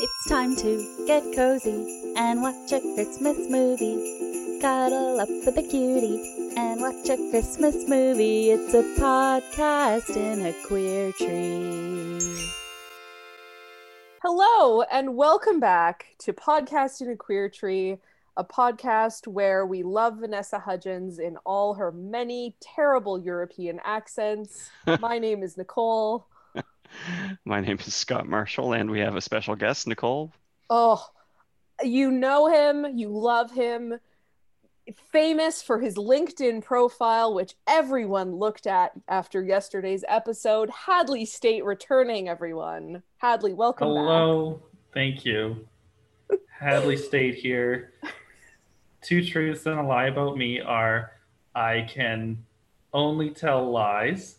It's time to get cozy and watch a Christmas movie. Cuddle up with a cutie and watch a Christmas movie. It's a podcast in a queer tree. Hello, and welcome back to Podcast in a Queer Tree, a podcast where we love Vanessa Hudgens in all her many terrible European accents. My name is Nicole. My name is Scott Marshall, and we have a special guest, Nicole. Oh, you know him, you love him. Famous for his LinkedIn profile, which everyone looked at after yesterday's episode. Hadley State returning, everyone. Hadley, welcome back. Hello. Thank you. Hadley State here. Two truths and a lie about me are I can only tell lies,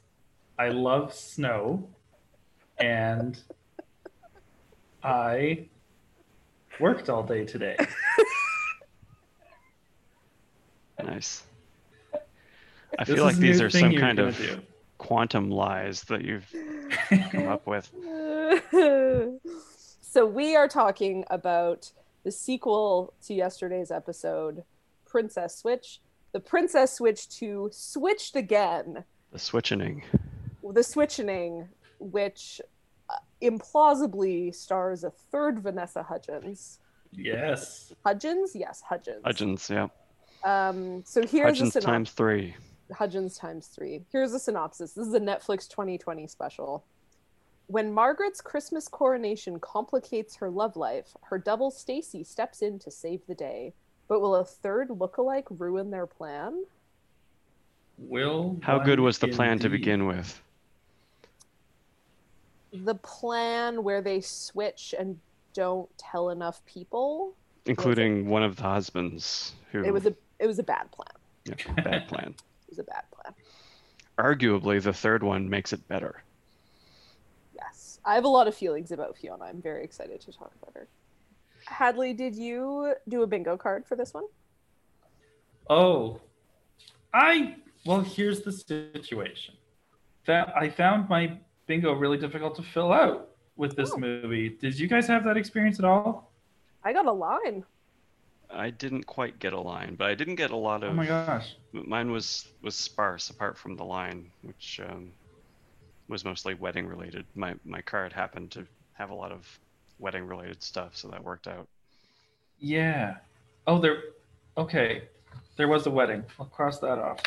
I love snow, and I worked all day today. Nice. I This feel like is a new these are thing some you're kind gonna of do. quantum lies that you've come up with. so we are talking about the sequel to yesterday's episode, Princess Switch. The Princess Switch to Switched Again, The switching. the switching, which uh, implausibly stars a third Vanessa Hudgens. Yes. Hudgens? Yes, Hudgens. Hudgens, yeah. Um, so here's Hudgens a synopsis. times three. Hudgens times three. Here's a synopsis. This is a Netflix 2020 special. When Margaret's Christmas coronation complicates her love life, her double Stacy steps in to save the day. But will a third lookalike ruin their plan? Will How good one was the plan to indeed? begin with? The plan where they switch and don't tell enough people. Including one of the husbands who It was a it was a bad plan. yeah, bad plan. It was a bad plan. Arguably the third one makes it better. Yes. I have a lot of feelings about Fiona. I'm very excited to talk about her. Hadley, did you do a bingo card for this one? Oh, I well, here's the situation. That I found my bingo really difficult to fill out with this Oh. movie. Did you guys have that experience at all? I got a line. I didn't quite get a line, but I didn't get a lot of Oh my gosh. mine was was sparse apart from the line which um, was mostly wedding related my my card happened to have a lot of wedding related stuff so that worked out Yeah. Oh, there. Okay, there was a wedding. I'll cross that off.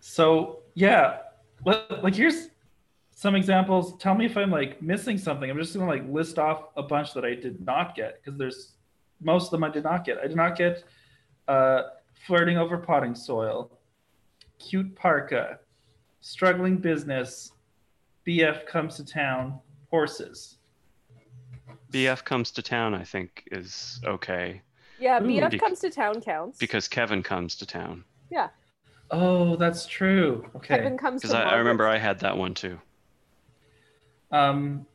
So yeah, let, like here's some examples. Tell me if I'm like missing something. I'm just gonna like list off a bunch that I did not get because there's most of them I did not get. I did not get uh, flirting over potting soil, cute parka, struggling business, BF comes to town, horses. bf comes to town i think is okay Yeah, Ooh. BF Bec- comes to town counts. because kevin comes to town Oh, that's true. Okay. Kevin comes to because I, I Margaret's- remember i had that one too Um,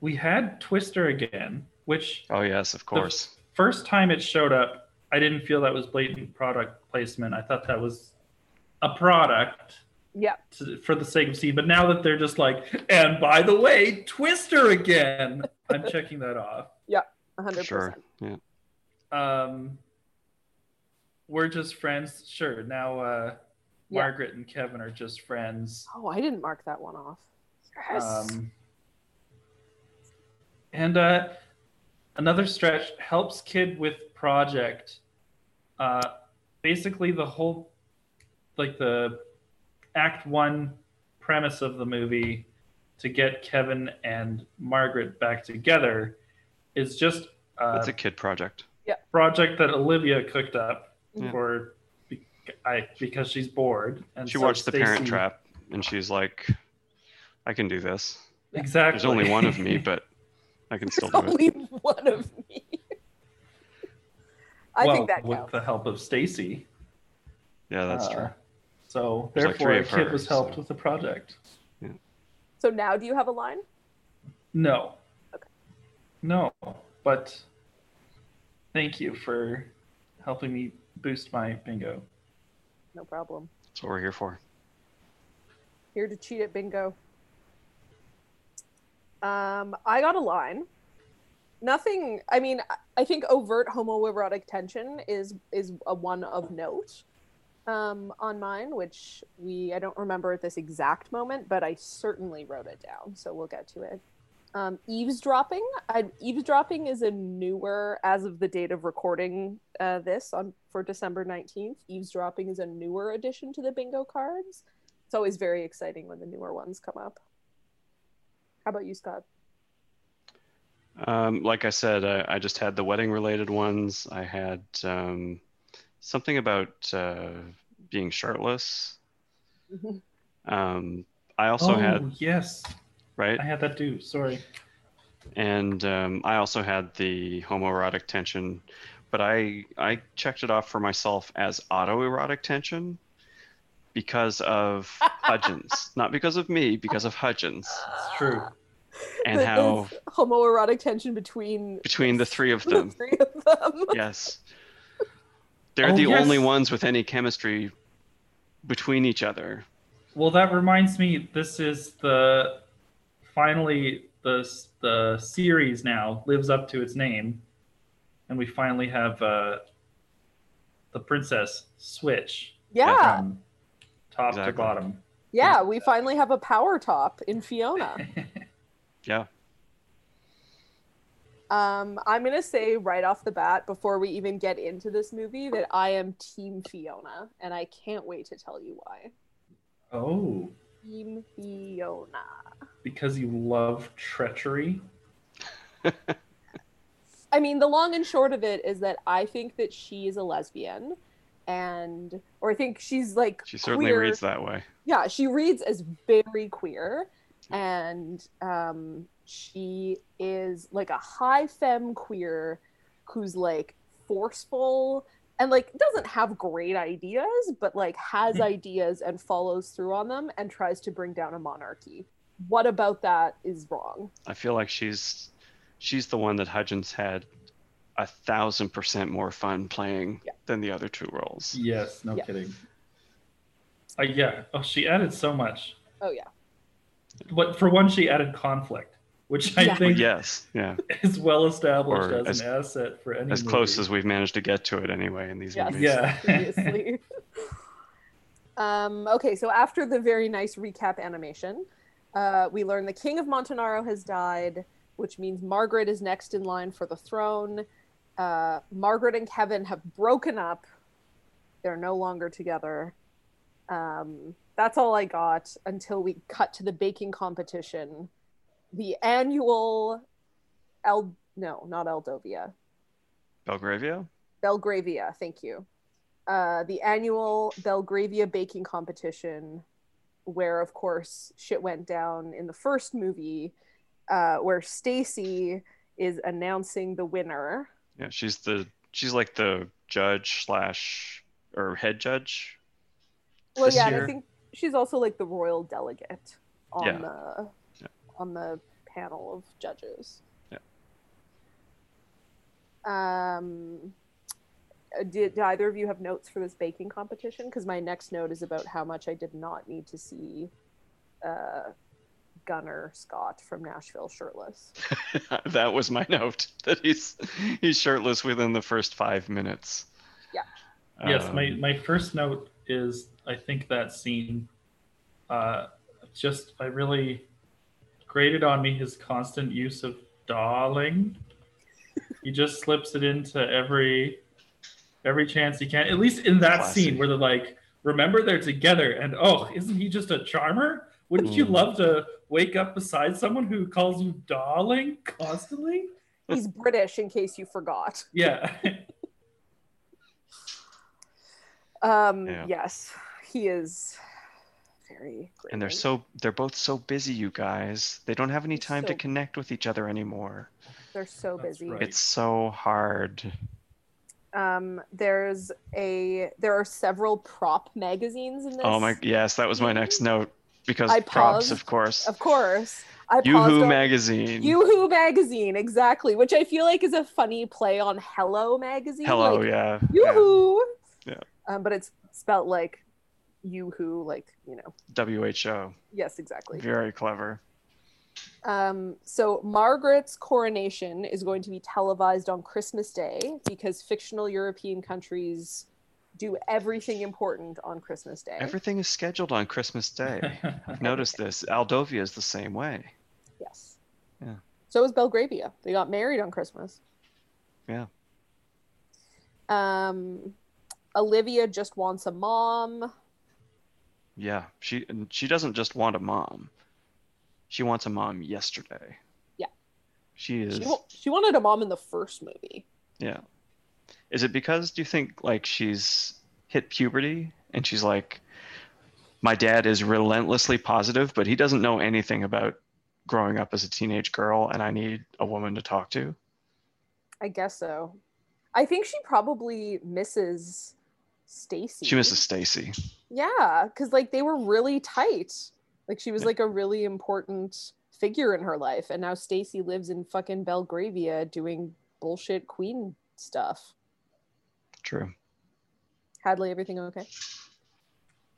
we had Twister again, which oh yes of course first time it showed up, I didn't feel that was blatant product placement. I thought that was a product Yeah, to, for the sake of scene. But now that they're just like, and by the way, Twister again, I'm checking that off. for 100%. sure yeah Um, we're just friends. Sure. Now uh, Yeah. Margaret and Kevin are just friends. Oh, I didn't mark that one off. Um, and uh, another stretch helps kid with project. Uh, basically, the whole, like the act one premise of the movie to get Kevin and Margaret back together is just uh, that's a kid project project that Olivia cooked up Yeah. for be- I, because she's bored. And she so watched the parent Stacy- trap and she's like i can do this Exactly. there's only one of me but i can still do it Only one of me. I well, think that with counts. the help of Stacy. yeah that's Uh, true So There's like therefore, three a of kid her, was helped so- with the project. So now do you have a line? No. Okay. No, but thank you for helping me boost my bingo. No problem. that's what we're here for Here to cheat at bingo. Um, I got a line. nothing i mean I- i think overt homoerotic tension is is a one of note um, on mine which we i don't remember at this exact moment but i certainly wrote it down so we'll get to it um, eavesdropping I, eavesdropping is a newer as of the date of recording uh, this on for december 19th eavesdropping is a newer addition to the bingo cards it's always very exciting when the newer ones come up how about you scott Um, like I said, I, I just had the wedding related ones. I had um, something about uh, being shirtless. Mhm. Um, I also had yes, right, Oh, I had that too. Sorry. and um, I also had the homoerotic tension, but I I checked it off for myself as autoerotic tension because of Hudgens, not because of me, because of Hudgens It's true. Ah. and The- how this homoerotic tension between between the three of the them. three of them. yes. They're Oh, the only yes. ones with any chemistry between each other. Well, that reminds me. This is the finally the the series now lives up to its name, and we finally have uh, the princess switch Yeah, from top to Exactly. bottom. yeah. We finally have a power top in Fiona. Yeah. Um, I'm gonna say right off the bat, before we even get into this movie, that I am Team Fiona, and I can't wait to tell you why. oh, Team Fiona. because you love treachery. I mean, the long and short of it is that I think that she is a lesbian, and or I think she's like She certainly queer. reads that way. yeah she reads as very queer and um she is like a high femme queer who's like forceful and like doesn't have great ideas but like has ideas and follows through on them and tries to bring down a monarchy what about that is wrong I feel like she's she's the one that Hudgens had a thousand percent more fun playing Yeah. than the other two roles. Yes, no Yeah. kidding. Uh, yeah. Oh, she added so much. oh yeah But for one, she added conflict, which I Yeah. Well, think yes, yeah. is well established Or as- as, an asset for any. As close movie. as we've managed to get to it anyway in these Yes. movies. Yeah. seriously. um, okay, so after the very nice recap animation, uh, we learn the King of Montanaro has died, which means Margaret is next in line for the throne. Uh, Margaret and Kevin have broken up, they're no longer together. Um, that's all I got until we cut to the baking competition, the annual El no, not Eldovia. Belgravia? Belgravia, thank you. Uh, the annual Belgravia baking competition, where of course shit went down in the first movie, uh, where Stacy is announcing the winner. Yeah, she's the she's like the judge slash or head judge. Well, This yeah, and I year? think she's also like the royal delegate on Yeah. the Yeah. on the panel of judges. Yeah. Um, uh, did, do either of you have notes for this baking competition? Because my next note is about how much I did not need to see uh, Gunner Scott from Nashville shirtless. that was my note that he's he's shirtless within the first five minutes. Yeah. yes, Um, my, my first note is I think that scene uh, just, I really grated on me his constant use of darling. he just slips it into every every chance he can. At least in that Classy. scene where they're like, remember they're together and oh, isn't he just a charmer? Wouldn't you Mm. love to wake up beside someone who calls you darling constantly? He's British, in case you forgot. Yeah. Um, Yeah. Yes, he is very. Great and they're so they're both so busy, you guys. They don't have any It's time so- to connect with each other anymore. they're so That's busy. right. It's so hard. um there's a there are several prop magazines in this Oh my yes, that was my next note because I props, paused. of course. of course i paused Yoo-hoo on magazine. yoo-hoo magazine exactly which i feel like is a funny play on hello magazine Hello, like, yeah. yeah. yoo-hoo Yeah. um but it's spelt like yoo-hoo like you know WHO. yes exactly Very clever. Um, so Margaret's coronation is going to be televised on Christmas Day because fictional European countries do everything important on Christmas Day. Everything is scheduled on Christmas Day. I've noticed this. Aldovia is the same way. yes. Yeah. So is Belgravia. They got married on Christmas. Yeah. Um, Olivia just wants a mom. Yeah, she and she doesn't just want a mom. She wants a mom yesterday. Yeah. She is. She, wa- she wanted a mom in the first movie. Yeah. Is it because do you think like she's hit puberty and she's like, my dad is relentlessly positive, but he doesn't know anything about growing up as a teenage girl, and I need a woman to talk to. I guess so. I think she probably misses Stacy. She misses Stacy. Yeah, because like they were really tight. Like she was Yeah. like a really important figure in her life, and now Stacy lives in fucking Belgravia doing bullshit queen stuff. True. Hadley, everything okay?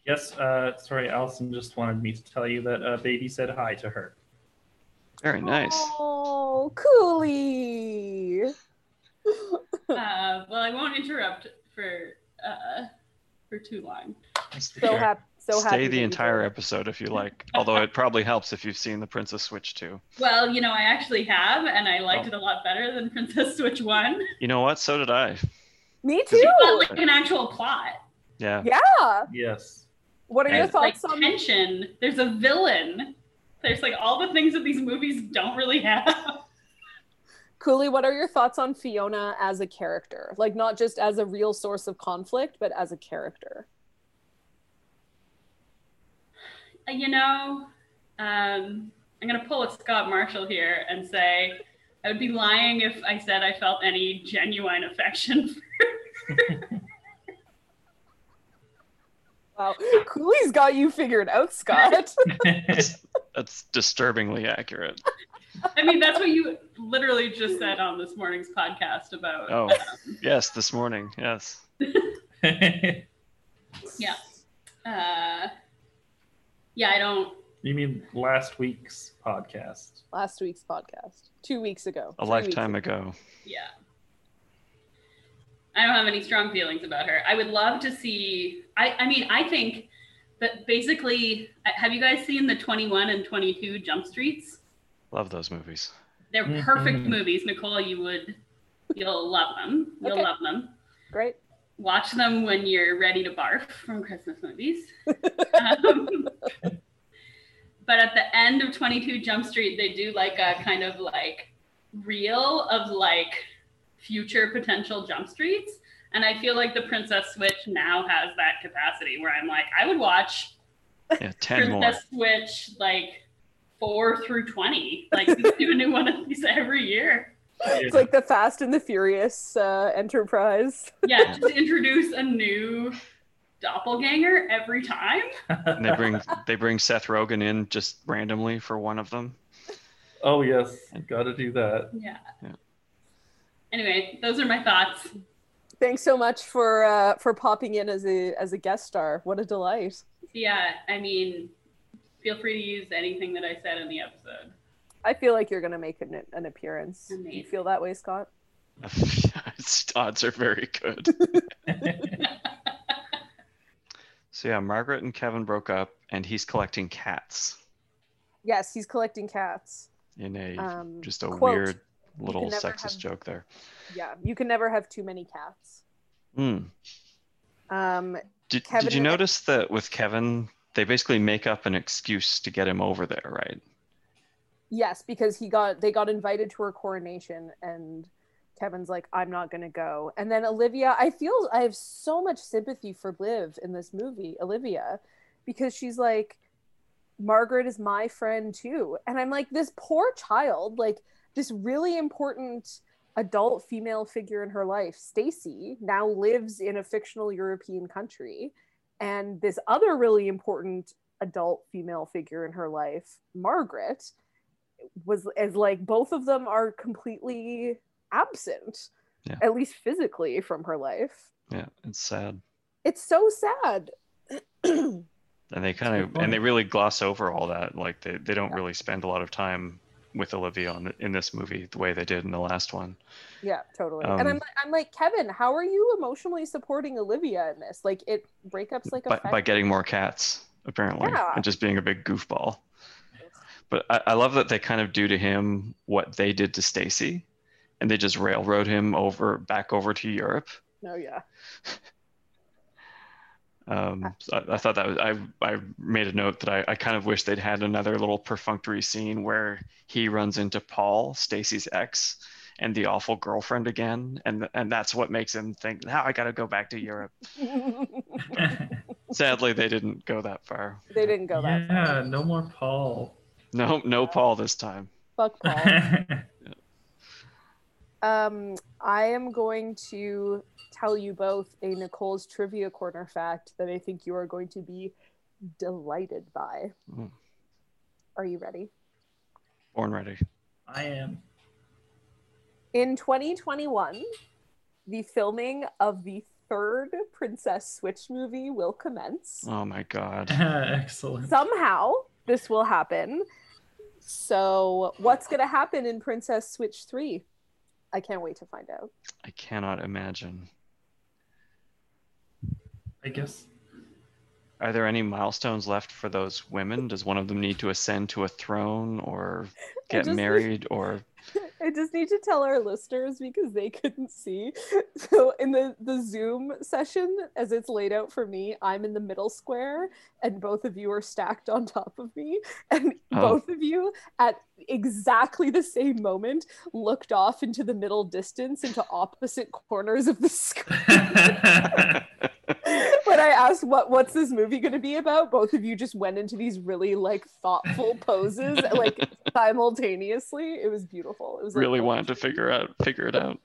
Yes, uh, sorry, Allison just wanted me to tell you that uh, baby said hi to her. Very nice. Oh, coolie. Uh, well, I won't interrupt for uh, for too long. So happy. So Stay happy. the that entire you did. episode if you like. Although it probably helps if you've seen the Princess Switch too. Well, you know, I actually have, and I liked Oh. it a lot better than Princess Switch One. You know what? So did I. Me Cause too. But like an actual plot. Yeah. Yeah. Yes. What are your There's like thoughts on? tension. There's a villain. There's like all the things that these movies don't really have. Cooley, what are your thoughts on Fiona as a character? Like not just as a real source of conflict, but as a character. Uh, You know, um, I'm gonna pull a Scott Marshall here and say I would be lying if I said I felt any genuine affection. Wow. Cooley's got you figured out, Scott. That's disturbingly accurate. I mean, that's what you literally just said on this morning's podcast about. Oh, yes, this morning. Yes. you Yeah. Uh, yeah, I don't. mean last week's podcast? Last week's podcast. Two weeks ago. A Three lifetime weeks ago. Yeah. I don't have any strong feelings about her. I would love to see. I, I mean, I think that basically, uh, have you guys seen the 21 and 22 Jump Streets? Love those movies. They're perfect Mhm. movies. Nicole, you would, you'll love them. You'll Okay. love them. Great. watch them when you're ready to barf from Christmas movies. um, but at the end of 22 Jump Street, they do like a kind of like reel of like future potential Jump Streets. And I feel like the Princess Switch now has that capacity where I'm like, I would watch Yeah, 10 more. Princess Switch like four through 20. Like, we do a new one of these every year. It's like the Fast and the Furious uh, enterprise. Yeah, just introduce a new doppelganger every time. And they bring they bring Seth Rogen in just randomly for one of them. oh yes, gotta do that. Yeah. Yeah. Anyway, those are my thoughts. Thanks so much for uh, for popping in as a as a guest star. What a delight. Yeah, I mean, feel free to use anything that I said in the episode. I feel like you're gonna make an, an appearance. You Amazing. feel that way, Scott? Its odds are very good. so yeah, Margaret and Kevin broke up, and he's collecting cats Yes, he's collecting cats. in a Um, just a quote, weird little never sexist have- joke there. Yeah, you can never have too many cats. Hmm. Um, Did, Kevin did you and- notice that with Kevin, they basically make up an excuse to get him over there, right? yes, because he got they got invited to her coronation, and Kevin's like, "I'm not gonna go." And then Olivia, I feel I have so much sympathy for Liv in this movie, Olivia, because she's like, Margaret is my friend too. And I'm like, this poor child, like this really important adult female figure in her life, Stacy, now lives in a fictional European country. And this other really important adult female figure in her life, Margaret, was as like both of them are completely absent, Yeah. at least physically from her life. Yeah, it's sad. It's so sad. And they kind good of point. and they really gloss over all that. Like they, they don't Yeah. really spend a lot of time with Olivia on, in this movie the way they did in the last one. Yeah, totally. Um, and I'm like, I'm like Kevin, how are you emotionally supporting Olivia in this? Like it breakups like a by, by getting more cats apparently Yeah. and just being a big goofball but I, I love that they kind of do to him what they did to stacy and they just railroad him over back over to europe no, yeah. um, so I, I thought that was I, I made a note that I, I kind of wish they'd had another little perfunctory scene where he runs into paul stacy's ex and the awful girlfriend again and and that's what makes him think now i gotta go back to europe sadly they didn't go that far they didn't go that far. yeah, no more Paul. no no paul this time Fuck Paul. Um, I am going to tell you both a Nicole's trivia corner fact that I think you are going to be delighted by. Mm. Are you ready? born ready I am. In 2021, the filming of the third Princess Switch movie will commence. Oh my god. Excellent. Somehow, this will happen. So, what's going to happen in Princess Switch 3? I can't wait to find out. I cannot imagine. I guess. Are there any milestones left for those women? Does one of them need to ascend to a throne or get just- married or I just need to tell our listeners because they couldn't see. So in the the Zoom session, as it's laid out for me, I'm in the middle square, and both of you are stacked on top of me, and Oh. both of you at exactly the same moment looked off into the middle distance into opposite corners of the screen. when I asked what what's this movie going to be about, both of you just went into these really like thoughtful poses, like simultaneously. It was beautiful. It was like, really oh. wanted to figure out figure it out?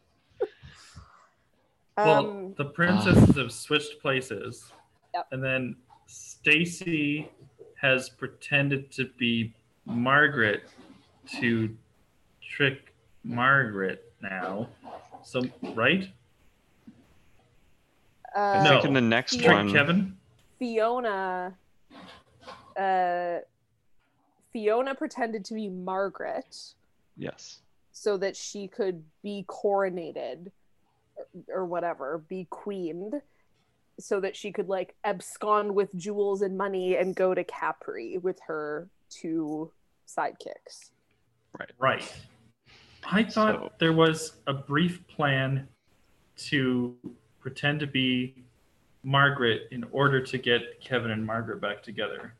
Um, well, the Ah. princesses have switched places. Yep. And then Stacy has pretended to be Margaret to trick Margaret now. So, right? uh, I No. think in the next Trick Trick one Kevin? Fiona, uh, Fiona pretended to be Margaret Yes. so that she could be coronated or, or whatever, be queened, so that she could like abscond with jewels and money and go to Capri with her two sidekicks. Right. I thought So- there was a brief plan to pretend to be Margaret in order to get Kevin and Margaret back together.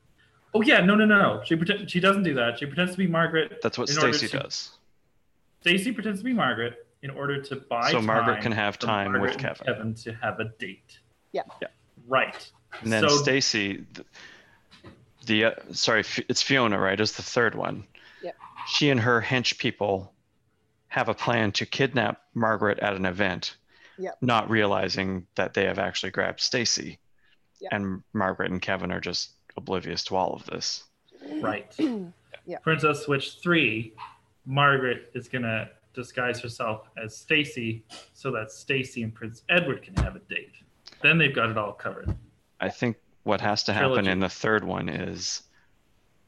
Oh yeah, no, no, no, no. She pretend she doesn't do that. She pretends to be Margaret. That's what In order Stacy to- does. Stacy pretends to be Margaret in order to buy. So Margaret time can have for time Margaret with and Kevin. Kevin to have a date. Yeah. Yeah. Right. And then so Stacy, th- the uh, sorry, F- it's Fiona, right? Is the third one. Yep. She and her hench people have a plan to kidnap Margaret at an event. Yep. Not realizing that they have actually grabbed Stacy, Yep. and Margaret and Kevin are just oblivious to all of this. Right. Yeah. Princess Switch 3, Margaret is going to disguise herself as Stacy so that Stacy and Prince Edward can have a date. Then they've got it all covered. I think what has to happen Trilogy. in the third one is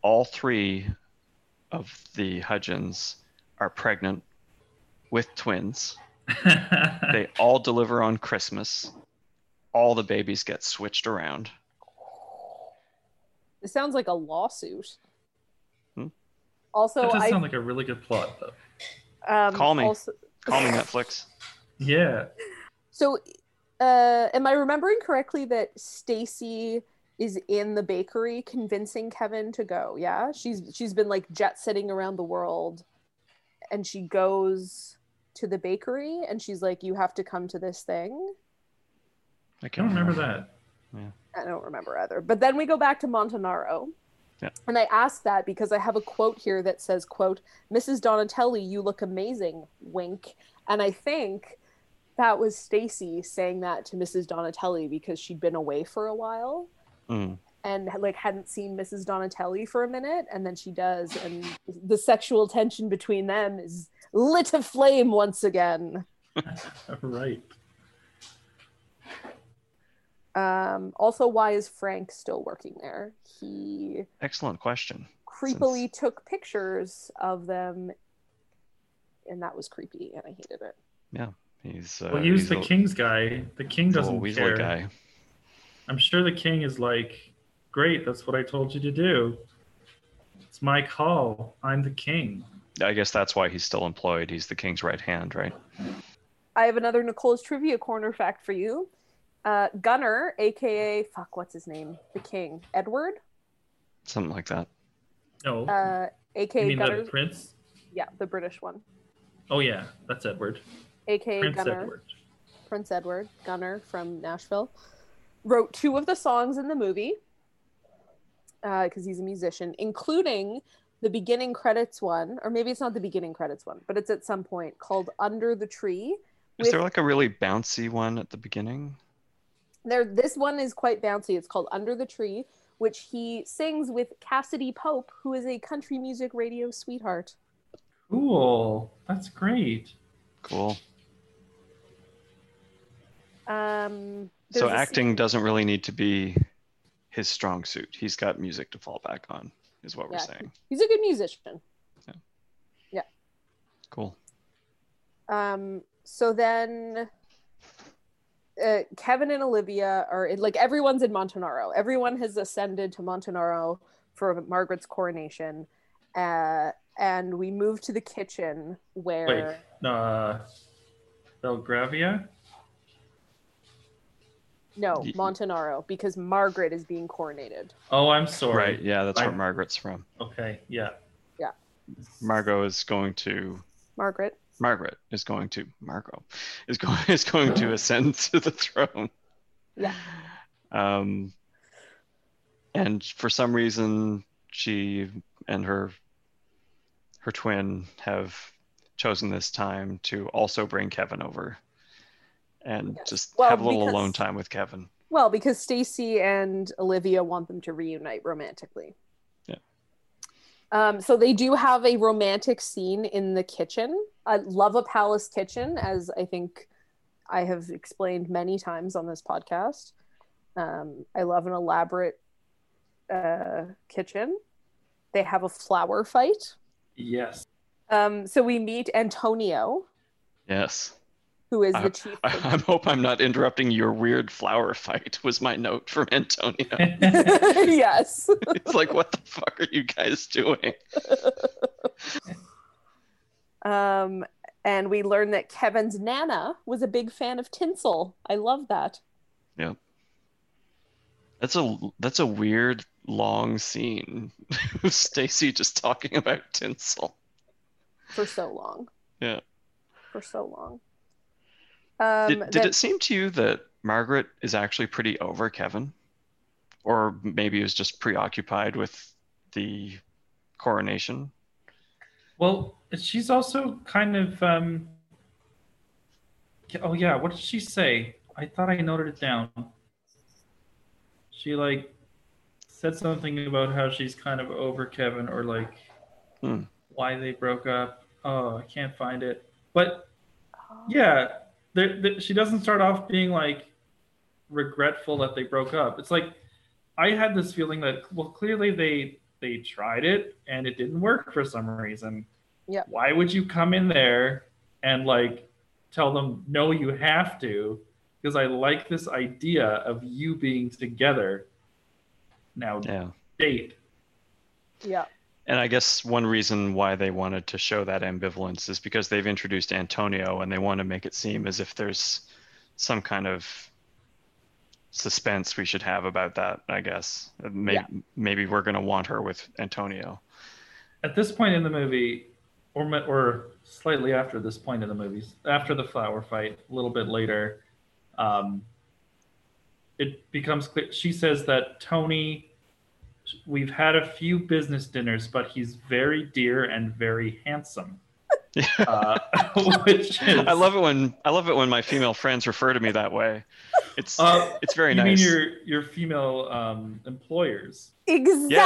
all three of the Hudgens are pregnant with twins. they all deliver on Christmas. All the babies get switched around. This sounds like a lawsuit. Hmm. Also, that does I sound like a really good plot, though. um, Call me. Also, Call me Netflix. Yeah. so, uh, am I remembering correctly that Stacy is in the bakery convincing Kevin to go? Yeah, she's she's been like jet setting around the world, and she goes to the bakery and she's like, "You have to come to this thing." I I don't remember that. I don't remember either. But then we go back to Montanaro. Yeah. And I asked that because I have a quote here that says, quote, Mrs. Donatelli, you look amazing, wink. And I think that was Stacy saying that to Mrs. Donatelli because she'd been away for a while Mm. and like hadn't seen Mrs. Donatelli for a minute and then she does and the sexual tension between them is lit aflame once again. Right. Um also why is Frank still working there? He Excellent question. creepily took pictures of them, and that was creepy, and I hated it. He's uh, well, he was he's the a- king's guy. The king he's a doesn't little weasel care. guy. I'm sure the king is like, great, that's what I told you to do. It's my call. I'm the king. I guess that's why he's still employed. He's the king's right hand, right? I have another Nicole's trivia corner fact for you. Uh, Gunner, aka fuck, what's his name? The King, Edward, Something like that. No, uh, you aka mean Gunner, the prince? yeah, the British one, Oh yeah, that's Edward. aka Prince Gunner, Edward. Prince Edward, Gunner from Nashville, wrote two of the songs in the movie because he's a musician, including the beginning credits one, or maybe it's not the beginning credits one, but it's at some point called "Under the Tree." Is there like a really bouncy one at the beginning? there this one is quite bouncy it's called under the tree which he sings with cassidy pope who is a country music radio sweetheart Cool. That's great. Cool. um so there's a acting scene- doesn't really need to be his strong suit. He's got music to fall back on, is what we're Yeah. saying. he's a good musician Cool. um so then uh, kevin and olivia are like everyone's in montanaro everyone has ascended to montanaro for margaret's coronation uh, and we move to the kitchen where Wait, uh, Belgravia. no Y- montanaro because margaret is being coronated Oh, I'm sorry. Right. Yeah, that's where Right. Margaret's from. Okay. Yeah. Margot is going to margaret Margaret is going to Margot is going is going to ascend to the Oh. throne. Yeah. Um, and for some reason, she and her her twin have chosen this time to also bring Kevin over and Yes. just Well, have a little because- alone time with Kevin. Well, because Stacy and Olivia want them to reunite romantically. Yeah. Um, so they do have a romantic scene in the kitchen. I love a palace kitchen, as I think I have explained many times on this podcast. Um, I love an elaborate uh, kitchen. They have a flower fight. Yes. Um, so we meet Antonio, Yes. who is I- the chief. I, I hope I'm not interrupting your weird flower fight. Was my note from Antonio? yes. it's like, what the fuck are you guys doing? Um, and we learned that Kevin's Nana was a big fan of tinsel. I love that. That's a that's a weird long scene. Stacy just talking about tinsel. for so long. Yeah. For so long. Um, did did that- it seem to you that Margaret is actually pretty over Kevin, or maybe is just preoccupied with the coronation? Well, she's also kind of. Um... Oh yeah, what did she say? I thought I noted it down. She like said something about how she's kind of over Kevin or like Hmm. why they broke up. Oh, I can't find it. But yeah, there there- she doesn't start off being like regretful that they broke up. It's like I had this feeling that well, clearly they they tried it and it didn't work for some reason. Yeah. Why would you come in there and like tell them no, you have to? Because I like this idea of you being together. Now Yeah. date. yeah. And I guess one reason why they wanted to show that ambivalence is because they've introduced Antonio and they want to make it seem as if there's some kind of suspense we should have about that, I guess. Maybe, Yeah. maybe we're going to want her with Antonio. At this point in the movie, or ma- or slightly after this point in the movies, after the flower fight, a little bit later, um, it becomes clear. She says that Tony, we've had a few business dinners, but he's very dear and very handsome. Uh, which is, I love it when I love it when my female friends refer to me that way. It's Uh, it's very you nice. mean your your female um, employers? Exactly.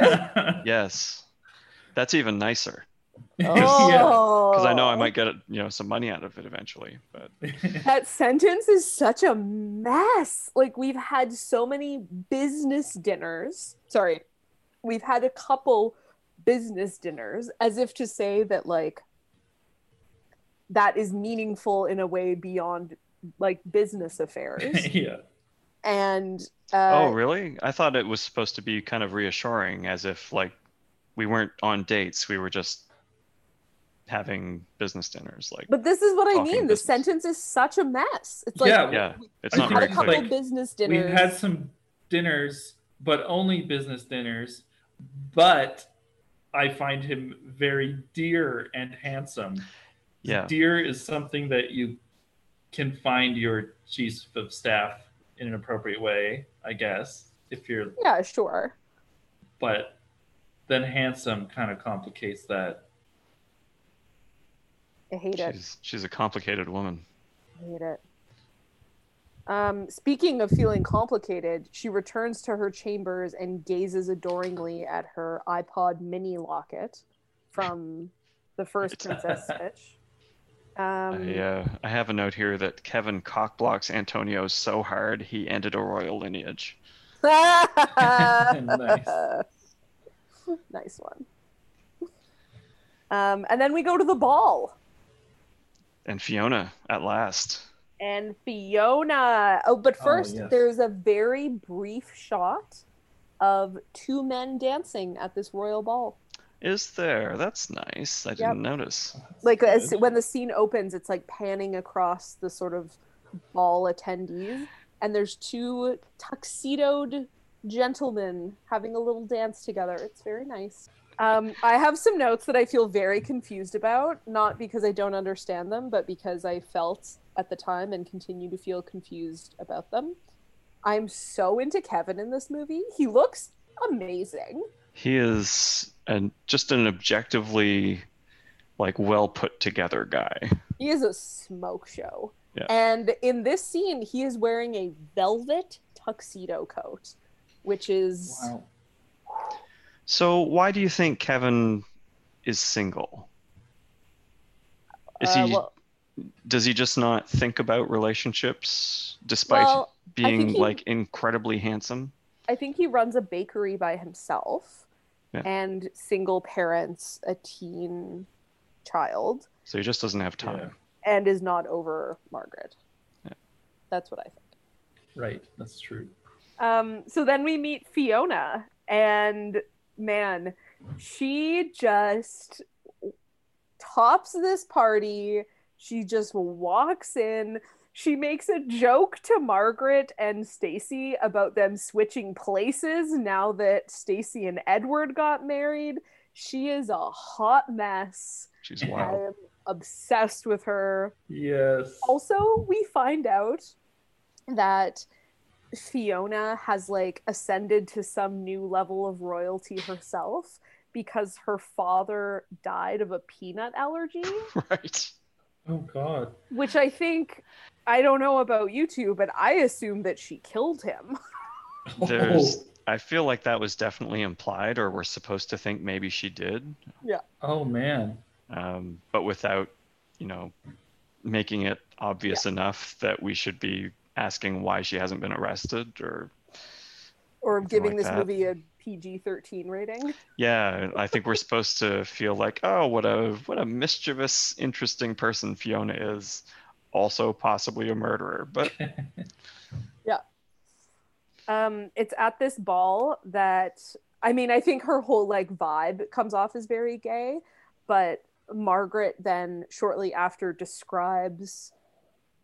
Oh. Yes, that's even nicer Yeah. Oh. because I know I might get you know some money out of it eventually. But That sentence is such a mess. Like we've had so many business dinners. Sorry. we've had a couple business dinners as if to say that like that is meaningful in a way beyond like business affairs yeah. and oh, uh, really? I thought it was supposed to be kind of reassuring, as if like we weren't on dates; we were just having business dinners. Like, but this is what i Talking mean business. the sentence is such a mess it's like Yeah. yeah, it's I not we've had very a couple clear. like, business We've dinners had some dinners, but only business dinners. But I find him very dear and handsome. Yeah, Dear is something that you can find your chief of staff in an appropriate way, I guess, if you're yeah sure but then handsome kind of complicates that. i hate it she's she's a complicated woman. I hate it. Um, speaking of feeling complicated, she returns to her chambers and gazes adoringly at her iPod mini locket from the first Princess Stitch. Um, I, uh, I have a note here that Kevin cockblocks Antonio so hard he ended a royal lineage. Nice. Nice one. Um, and then we go to the ball. And Fiona, at last. and Fiona. Oh, but Oh, first, yes. there's a very brief shot of two men dancing at this royal ball. Is there? That's nice. I didn't notice. Like as, Good. when the scene opens, it's like panning across the sort of ball attendees, and there's two tuxedoed gentlemen having a little dance together. It's very nice. Um, I have some notes that I feel very confused about, not because I don't understand them, but because I felt at the time and continue to feel confused about them. I'm so into Kevin in this movie. He looks amazing. He is an, just an objectively, like, well put together guy. He is a smoke show. Yeah. And in this scene, he is wearing a velvet tuxedo coat, which is Wow. So, why do you think Kevin is single? Is uh, he? well, does he just not think about relationships, despite well, being think he- like incredibly handsome? I think he runs a bakery by himself Yeah. and single parents a teen child So he just doesn't have time. Yeah. and is not over Margaret. Yeah. That's what I think. Right. That's true. Um, so then we meet Fiona, and man, she just tops this party. She just walks in. She makes a joke to Margaret and Stacy about them switching places now that Stacy and Edward got married. She is a hot mess. She's wild. I am obsessed with her Yes. also we find out that fiona has like ascended to some new level of royalty herself because her father died of a peanut allergy right. Oh God. which i think i don't know about you two but i assume that she killed him There's- I feel like that was definitely implied, or we're supposed to think maybe she did, Oh, oh man. um, but without, you know, making it obvious enough that we should be asking why she hasn't been arrested or. or Something giving like this that. movie a pg-13 rating Yeah, I think we're supposed to feel like, oh, what a what a mischievous, interesting person Fiona is, also possibly a murderer. But um it's at this ball that i mean i think her whole like vibe comes off as very gay but margaret then shortly after describes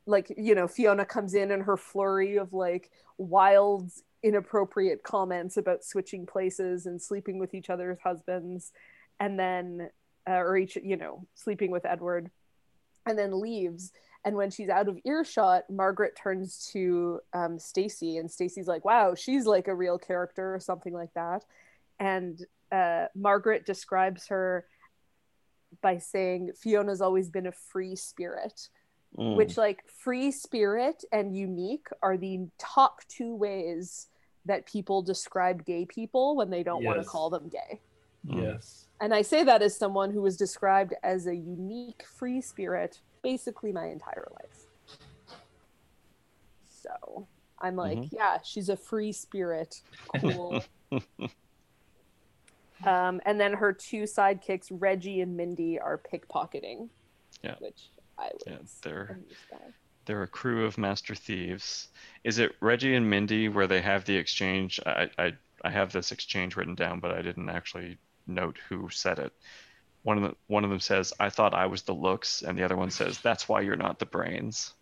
like you know fiona comes in and her flurry of like wild inappropriate comments about switching places and sleeping with each other's husbands and then uh, or each you know sleeping with edward and then leaves and when she's out of earshot margaret turns to um, stacy and stacy's like wow she's like a real character or something like that and uh, margaret describes her by saying fiona's always been a free spirit Mm. which like free spirit and unique are the top two ways that people describe gay people when they don't want to Yes. call them gay Mm. Yes. and I say that as someone who was described as a unique free spirit basically my entire life. So Mm-hmm. I'm like, yeah, she's a free spirit. Cool. Um, and then her two sidekicks, Reggie and Mindy, are pickpocketing. Yeah. Which I was Yeah, they're amused by. they're a crew of master thieves. Is it Reggie and Mindy where they have the exchange? I I, I have this exchange written down, but I didn't actually note who said it. One of the, one of them says, "I thought I was the looks," and the other one says, "That's why you're not the brains."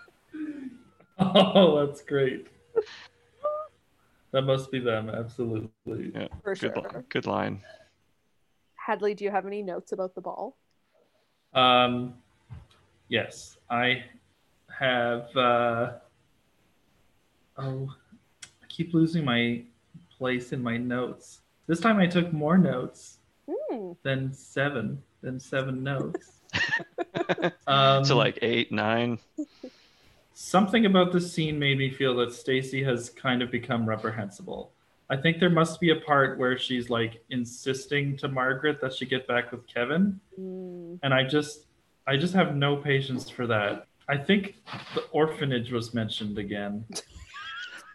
Oh, that's great. That must be them, absolutely. For Good sure. line. Good line. Hadley, do you have any notes about the ball? Um, yes, I have. Uh, oh, I keep losing my place in my notes. This time I took more notes Hmm. than seven, than seven notes. um, so like eight, nine. Something about this scene made me feel that Stacy has kind of become reprehensible. I think there must be a part where she's like insisting to Margaret that she get back with Kevin, Hmm. and I just I just have no patience for that. I think the orphanage was mentioned again.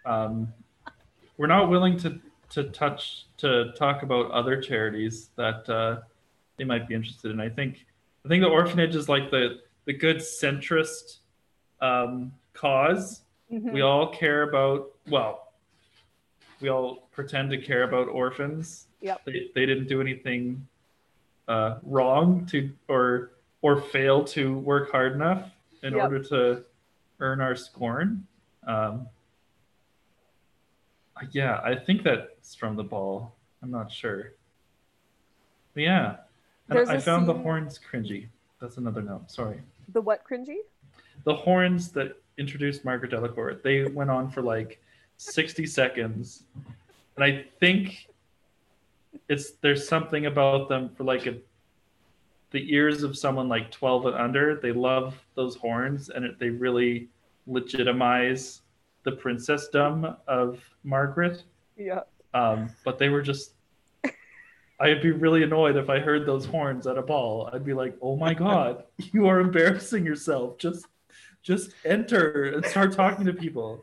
Um, we're not willing to to touch to talk about other charities that uh, they might be interested in. I think I think the orphanage is like the the good centrist um, cause. Mhm. We all care about well, we all pretend to care about orphans Yep. they, they didn't do anything uh, wrong to or or fail to work hard enough in Yep. order to earn our scorn. Um, uh, yeah, I think that's from the ball. I'm not sure. But yeah, and There's I a found the scene- horns cringy. That's another note. Sorry, The what cringy? the horns that introduced Margaret Delacourt. They went on for like 60 seconds, and I think it's there's something about them for like a, the ears of someone like 12 and under. They love those horns, and it, they really legitimize the princessdom of Margaret. Yeah. Um, but they were just. I'd be really annoyed if I heard those horns at a ball. I'd be like, "Oh my god, you are embarrassing yourself. Just, just enter and start talking to people."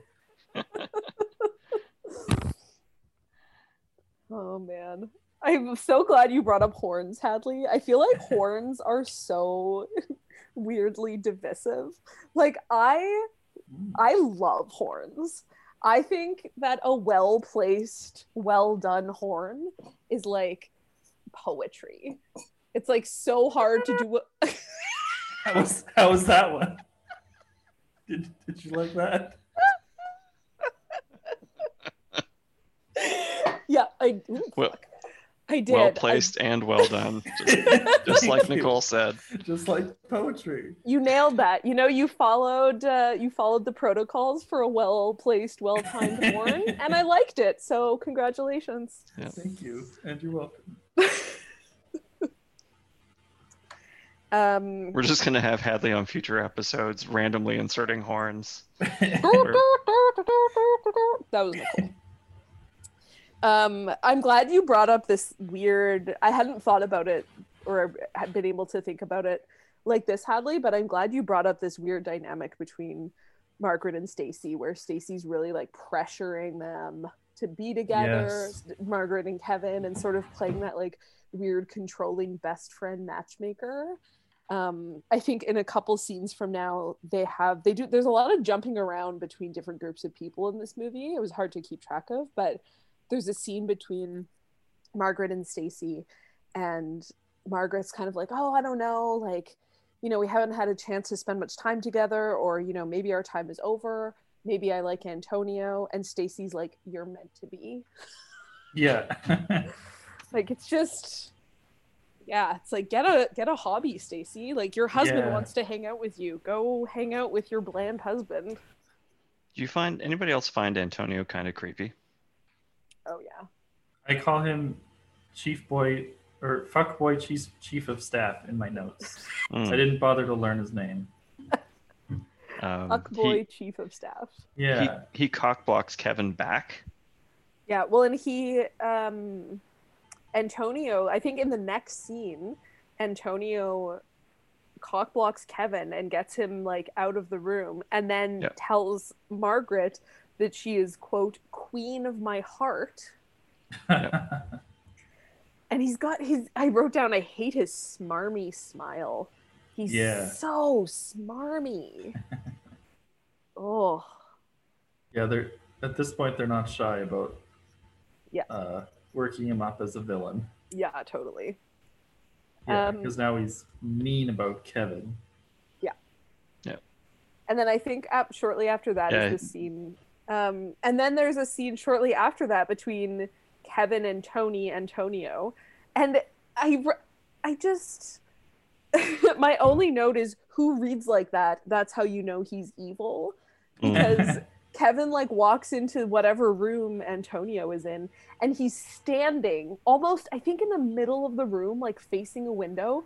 Oh man. I'm so glad you brought up horns, Hadley. I feel like horns are so weirdly divisive. Like I Mm, I love horns. I think that a well-placed, well-done horn is like poetry. It's like so hard to do How was how was that one? Did, did you like that? Yeah, I ooh, Well- fuck. I did. Well I- placed and well done. Just, just like Thank you. Nicole said. Just like poetry. you nailed that. You know, you followed uh, you followed the protocols for a well-placed, well-timed horn, and I liked it. So congratulations. Yeah. Thank you, and you're welcome. Um, We're just gonna have Hadley on future episodes randomly inserting horns. that was Nicole. Um, I'm glad you brought up this weird. I hadn't thought about it or had been able to think about it like this, Hadley. But I'm glad you brought up this weird dynamic between Margaret and Stacy, where Stacy's really like pressuring them to be together, Yes. Margaret and Kevin, and sort of playing that like weird controlling best friend matchmaker. Um, I think in a couple scenes from now, they have they do. There's a lot of jumping around between different groups of people in this movie. It was hard to keep track of, but there's a scene between Margaret and Stacy, and Margaret's kind of like, "Oh, I don't know, like, you know, we haven't had a chance to spend much time together, or you know, maybe our time is over. Maybe I like Antonio." And Stacy's like, "You're meant to be." Yeah. like it's just yeah it's like get a get a hobby stacy like your husband Yeah. wants to hang out with you go hang out with your bland husband Do you find anybody else find Antonio kind of creepy? oh yeah I call him Chief Boy or Fuck Boy Chief Chief of Staff in my notes. Mm, I didn't bother to learn his name. um, Fuck boy chief of staff He, Yeah. he he cockblocks Kevin back. yeah well and he um antonio i think in the next scene antonio cockblocks kevin and gets him like out of the room and then Yeah. tells margaret that she is quote queen of my heart and he's got his i wrote down i hate his smarmy smile he's Yeah. so smarmy oh Yeah, they're at this point they're not shy about Yeah. uh, working him up as a villain. yeah totally Yeah, Um, because now he's mean about Kevin. and then i think up shortly after that is Yeah. the scene um, and then there's a scene shortly after that between kevin and tony antonio and i re- i just my only note is who reads like that that's how you know he's evil because Kevin like walks into whatever room Antonio is in and he's standing almost I think in the middle of the room like facing a window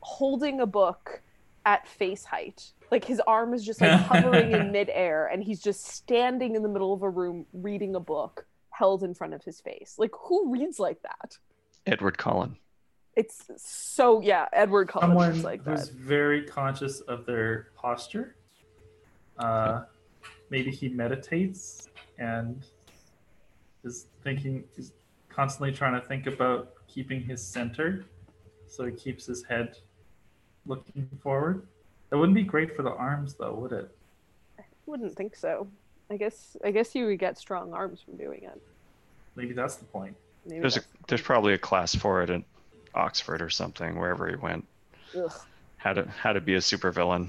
holding a book at face height like his arm is just like hovering in midair and he's just standing in the middle of a room reading a book held in front of his face like who reads like that Edward Cullen. it's so yeah Edward Cullen Someone reads like who's that very conscious of their posture. Uh, maybe he meditates and is thinking is constantly trying to think about keeping his center, so he keeps his head looking forward. That wouldn't be great for the arms, though, would it? wouldn't think so I guess I guess you would get strong arms from doing it Maybe that's the point. Maybe There's a that's- there's probably a class for it at Oxford or something, wherever he went. ugh. How to how to be a supervillain.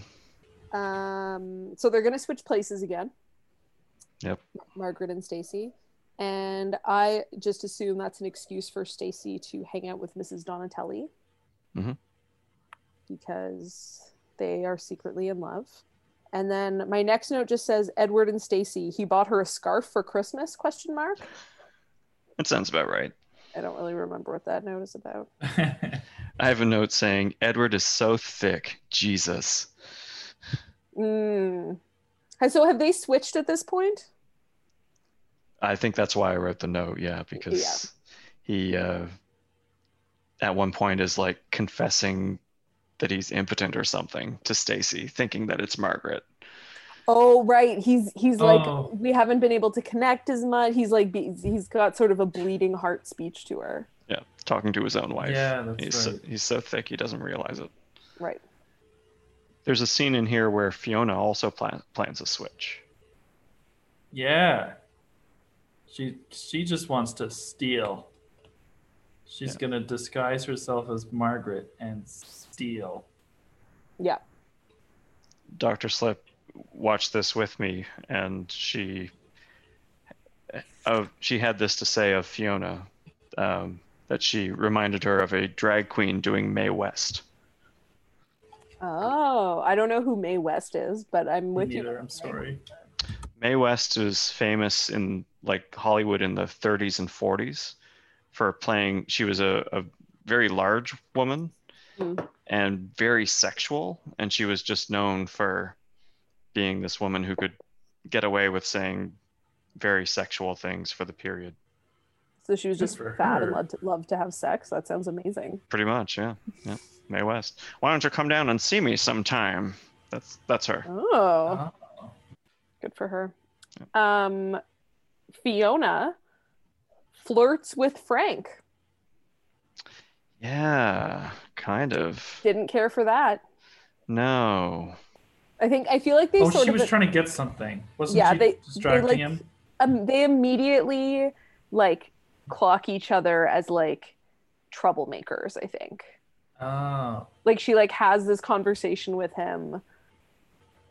Um, so they're going to switch places again. Yep. Margaret and Stacy. And I just assume that's an excuse for Stacy to hang out with Mrs. Donatelli. Mhm. Because they are secretly in love. And then my next note just says Edward and Stacy. He bought her a scarf for Christmas? Question mark. That sounds about right. I don't really remember what that note is about. I have a note saying Edward is so thick. Jesus. Mm. And so have they switched at this point? I think that's why I wrote the note, yeah, because he uh at one point is like confessing that he's impotent or something to Stacy, thinking that it's Margaret. Oh right, he's he's like Oh. we haven't been able to connect as much. He's like be- he's got sort of a bleeding heart speech to her. Yeah, talking to his own wife. Yeah, that's he's so, right. he's so thick he doesn't realize it. Right. There's a scene in here where Fiona also pla- plans a switch. Yeah. She she just wants to steal. She's Yeah. gonna disguise herself as Margaret and steal. Yeah. Dr. Slip watched this with me, and she of she had this to say of Fiona um, that she reminded her of a drag queen doing Mae West. Oh, I don't know who Mae West is, but I'm with you. Neither, I'm sorry. Mae West is famous in like Hollywood in the 30s and 40s for playing. She was a, a very large woman Hmm. and very sexual, and she was just known for being this woman who could get away with saying very sexual things for the period. So she was Good just for fat and her. loved loved to have sex. That sounds amazing. Pretty much, yeah, yeah. Mae West. Why don't you come down and see me sometime? That's that's her. Oh, Oh. good for her. Um, Fiona flirts with Frank. Yeah, kind of. Didn't care for that. No. I think I feel like they Oh, sort she of was trying to get something. Wasn't Yeah, she they- they, distracting like, him? um, they immediately like clock each other as like troublemakers i think Oh. like she like has this conversation with him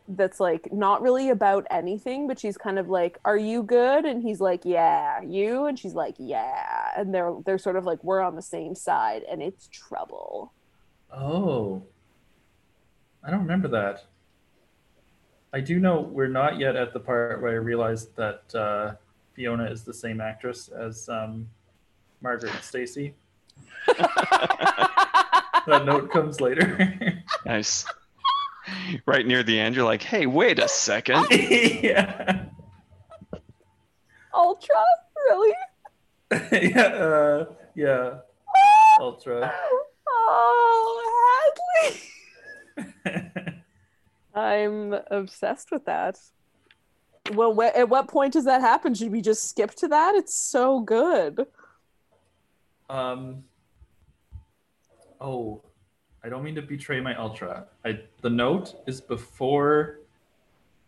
that's like not really about anything but she's kind of like are you good and he's like yeah you and she's like yeah and they're they're sort of like we're on the same side and it's trouble Oh. I don't remember that. I do know we're not yet at the part where I realized that uh, Fiona is the same actress as um, Margaret and Stacy. That note comes later. Nice. right near the end, you're like, hey, wait a second. yeah. ultra really yeah, uh, yeah. Ultra. oh hadley I'm obsessed with that. Well, wh- at what point does that happen? Should we just skip to that? It's so good. Um, oh, I don't mean to betray my ultra. I the note is before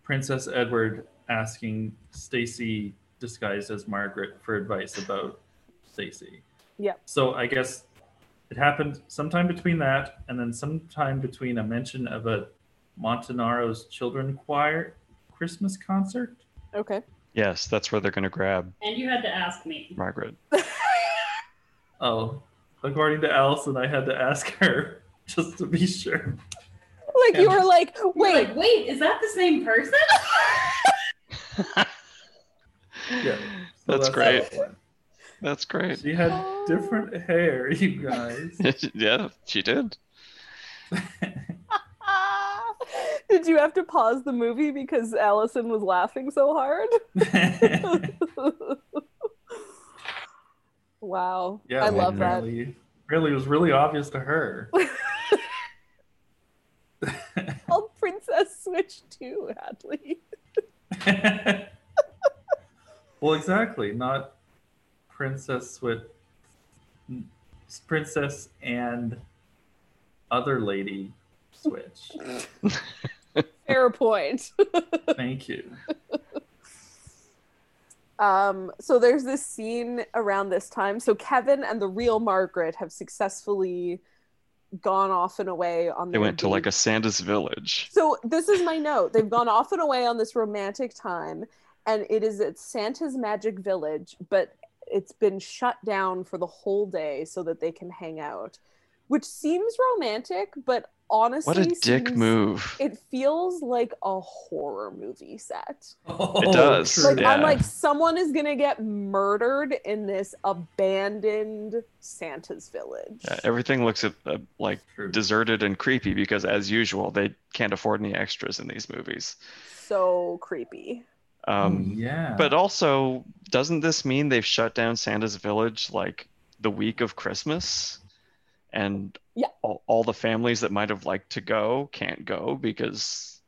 Princess Edward asking Stacy disguised as Margaret for advice about Stacy. Yep. So I guess it happened sometime between that and then sometime between a mention of a Montanaro's children choir Christmas concert. Okay. Yes, that's where they're going to grab And you had to ask me. Margaret. Oh, according to Allison, I had to ask her just to be sure. Like you Yeah. were like, Wait, wait, wait, is that the same person? Yeah, So That's how great. it went. That's great. She had different hair, you guys. yeah, she did. Ah. Did you have to pause the movie because Allison was laughing so hard? wow. yeah, I love that. Apparently, apparently it was really obvious to her. Called Oh, Princess Switch 2, Hadley. well, exactly. Not princess with princess and other lady switch. Fair point. Thank you. Um, so there's this scene around this time. So Kevin and the real Margaret have successfully gone off and away on They their went to date. like a Sandus village. So this is my note. They've gone off and away on this romantic time, and it is at Santa's Magic Village, but it's been shut down for the whole day so that they can hang out, which seems romantic, but honestly, What a dick seems- move. It feels like a horror movie set. Oh, does, true. Like Yeah. I'm like, someone is gonna get murdered in this abandoned Santa's village. Yeah, everything looks at, uh, like True. deserted and creepy because, as usual, they can't afford any extras in these movies. so creepy. Mm-hmm. Um, yeah. But also, doesn't this mean they've shut down Santa's village like the week of Christmas? And Yeah. all, all the families that might have liked to go can't go because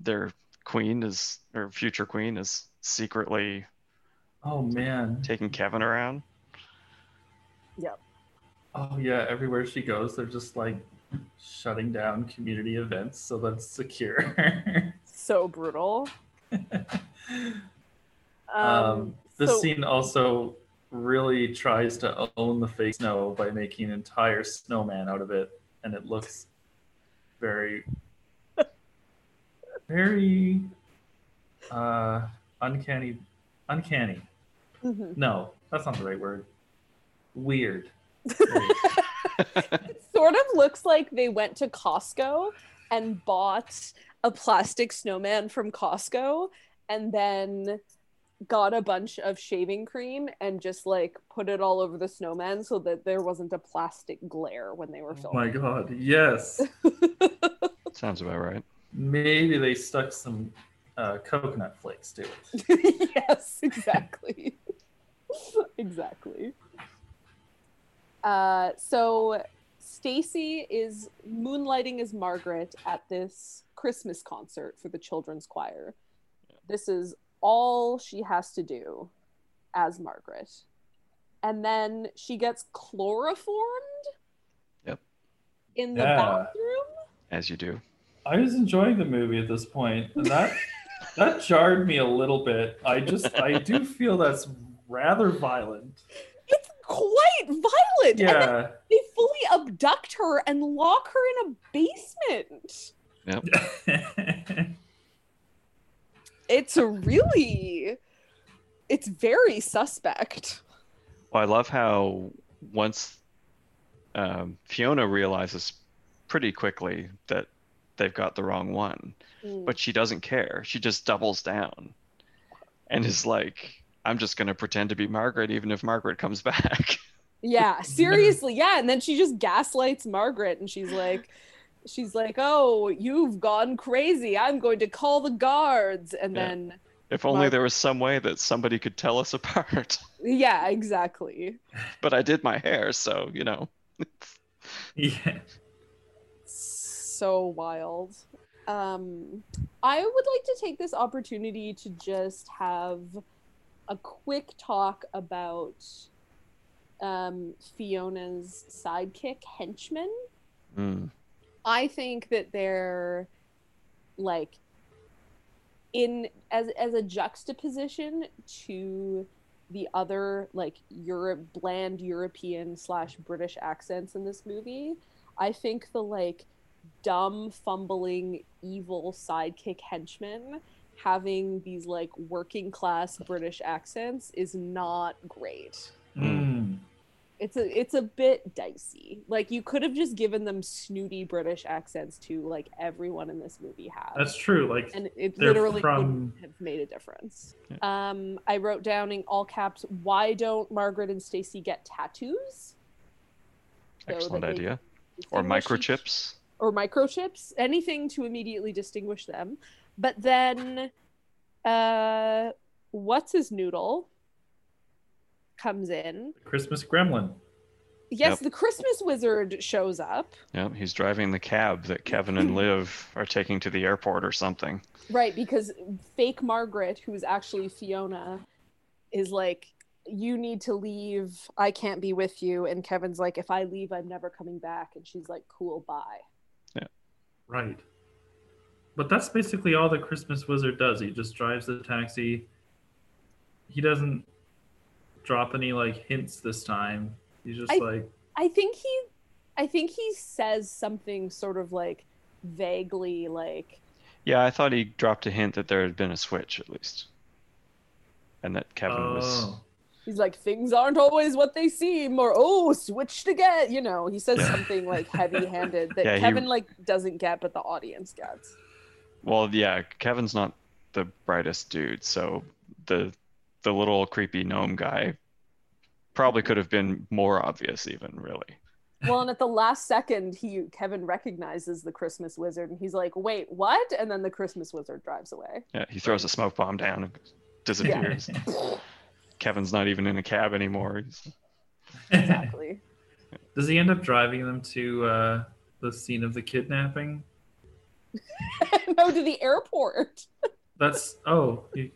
their queen is, or future queen is secretly oh man. taking Kevin around. Oh yeah. Everywhere she goes, they're just like shutting down community events so that's secure. So brutal. Um, um, this so- scene also really tries to own the fake snow by making an entire snowman out of it and it looks very very uh uncanny uncanny Mhm. no that's not the right word weird It sort of looks like they went to Costco and bought a plastic snowman from Costco and then got a bunch of shaving cream and just like put it all over the snowman so that there wasn't a plastic glare when they were oh filming. my god yes Sounds about right. maybe they stuck some uh, coconut flakes to it yes, exactly. exactly. Uh, so Stacy is moonlighting as Margaret at this Christmas concert for the children's choir. This is all she has to do as Margaret. And then she gets chloroformed. Yep. In the Yeah. bathroom. As you do. I was enjoying the movie at this point, and that that jarred me a little bit. I just I do feel that's rather violent. It's quite violent. And Yeah. they fully abduct her and lock her in a basement. It's a really, it's very suspect. Well, I love how once um, Fiona realizes pretty quickly that they've got the wrong one, but she doesn't care. She just doubles down and is like, I'm just going to pretend to be Margaret, even if Margaret comes back. yeah, seriously, yeah. And then she just gaslights Margaret, and she's like, she's like, "Oh, you've gone crazy. I'm going to call the guards." And Yeah. then, if only Mar- there was some way that somebody could tell us apart. yeah, exactly. but I did my hair, so, you know. yeah. so wild. Um, I would like to take this opportunity to just have a quick talk about um, Fiona's sidekick henchman. Mm. I think that they're like in as as a juxtaposition to the other like Europe bland European slash British accents in this movie. I think the like dumb fumbling evil sidekick henchman having these like working class British accents is not great Mm. it's a it's a bit dicey. Like you could have just given them snooty British accents to like everyone in this movie has. That's true. Like and it they're literally from- wouldn't have made a difference. Um, I wrote down in all caps, "Why don't Margaret and Stacy get tattoos So that Excellent they idea. Or distinguish each- microchips. or microchips, anything to immediately distinguish them?" But then, uh, what's his noodle comes in. Christmas Gremlin. Yes, Yep. the Christmas wizard shows up. Yep, he's driving the cab that Kevin and Liv are taking to the airport or something. Right, because fake Margaret, who is actually Fiona, is like, You need to leave. I can't be with you. And Kevin's like, If I leave, I'm never coming back. And she's like, Cool, bye. Right. But that's basically all the Christmas wizard does. He just drives the taxi. He doesn't drop any like hints this time. He's just I- like I think he I think he says something sort of like vaguely like Yeah, I thought he dropped a hint that there had been a switch at least, and that Kevin was. oh. he's like things aren't always what they seem or oh switched again you know he says Yeah. something like heavy handed that Yeah, he- kevin like doesn't get but the audience gets Well, yeah, Kevin's not the brightest dude, so the the little creepy gnome guy probably could have been more obvious, even really. Well, and at the last second, he Kevin recognizes the Christmas wizard, and he's like, "Wait, what?" And then the Christmas wizard drives away. Yeah, he throws a smoke bomb down and disappears. Kevin's not even in a cab anymore. He's- Exactly. Does he end up driving them to uh, the scene of the kidnapping? no, to the airport. That's oh. he-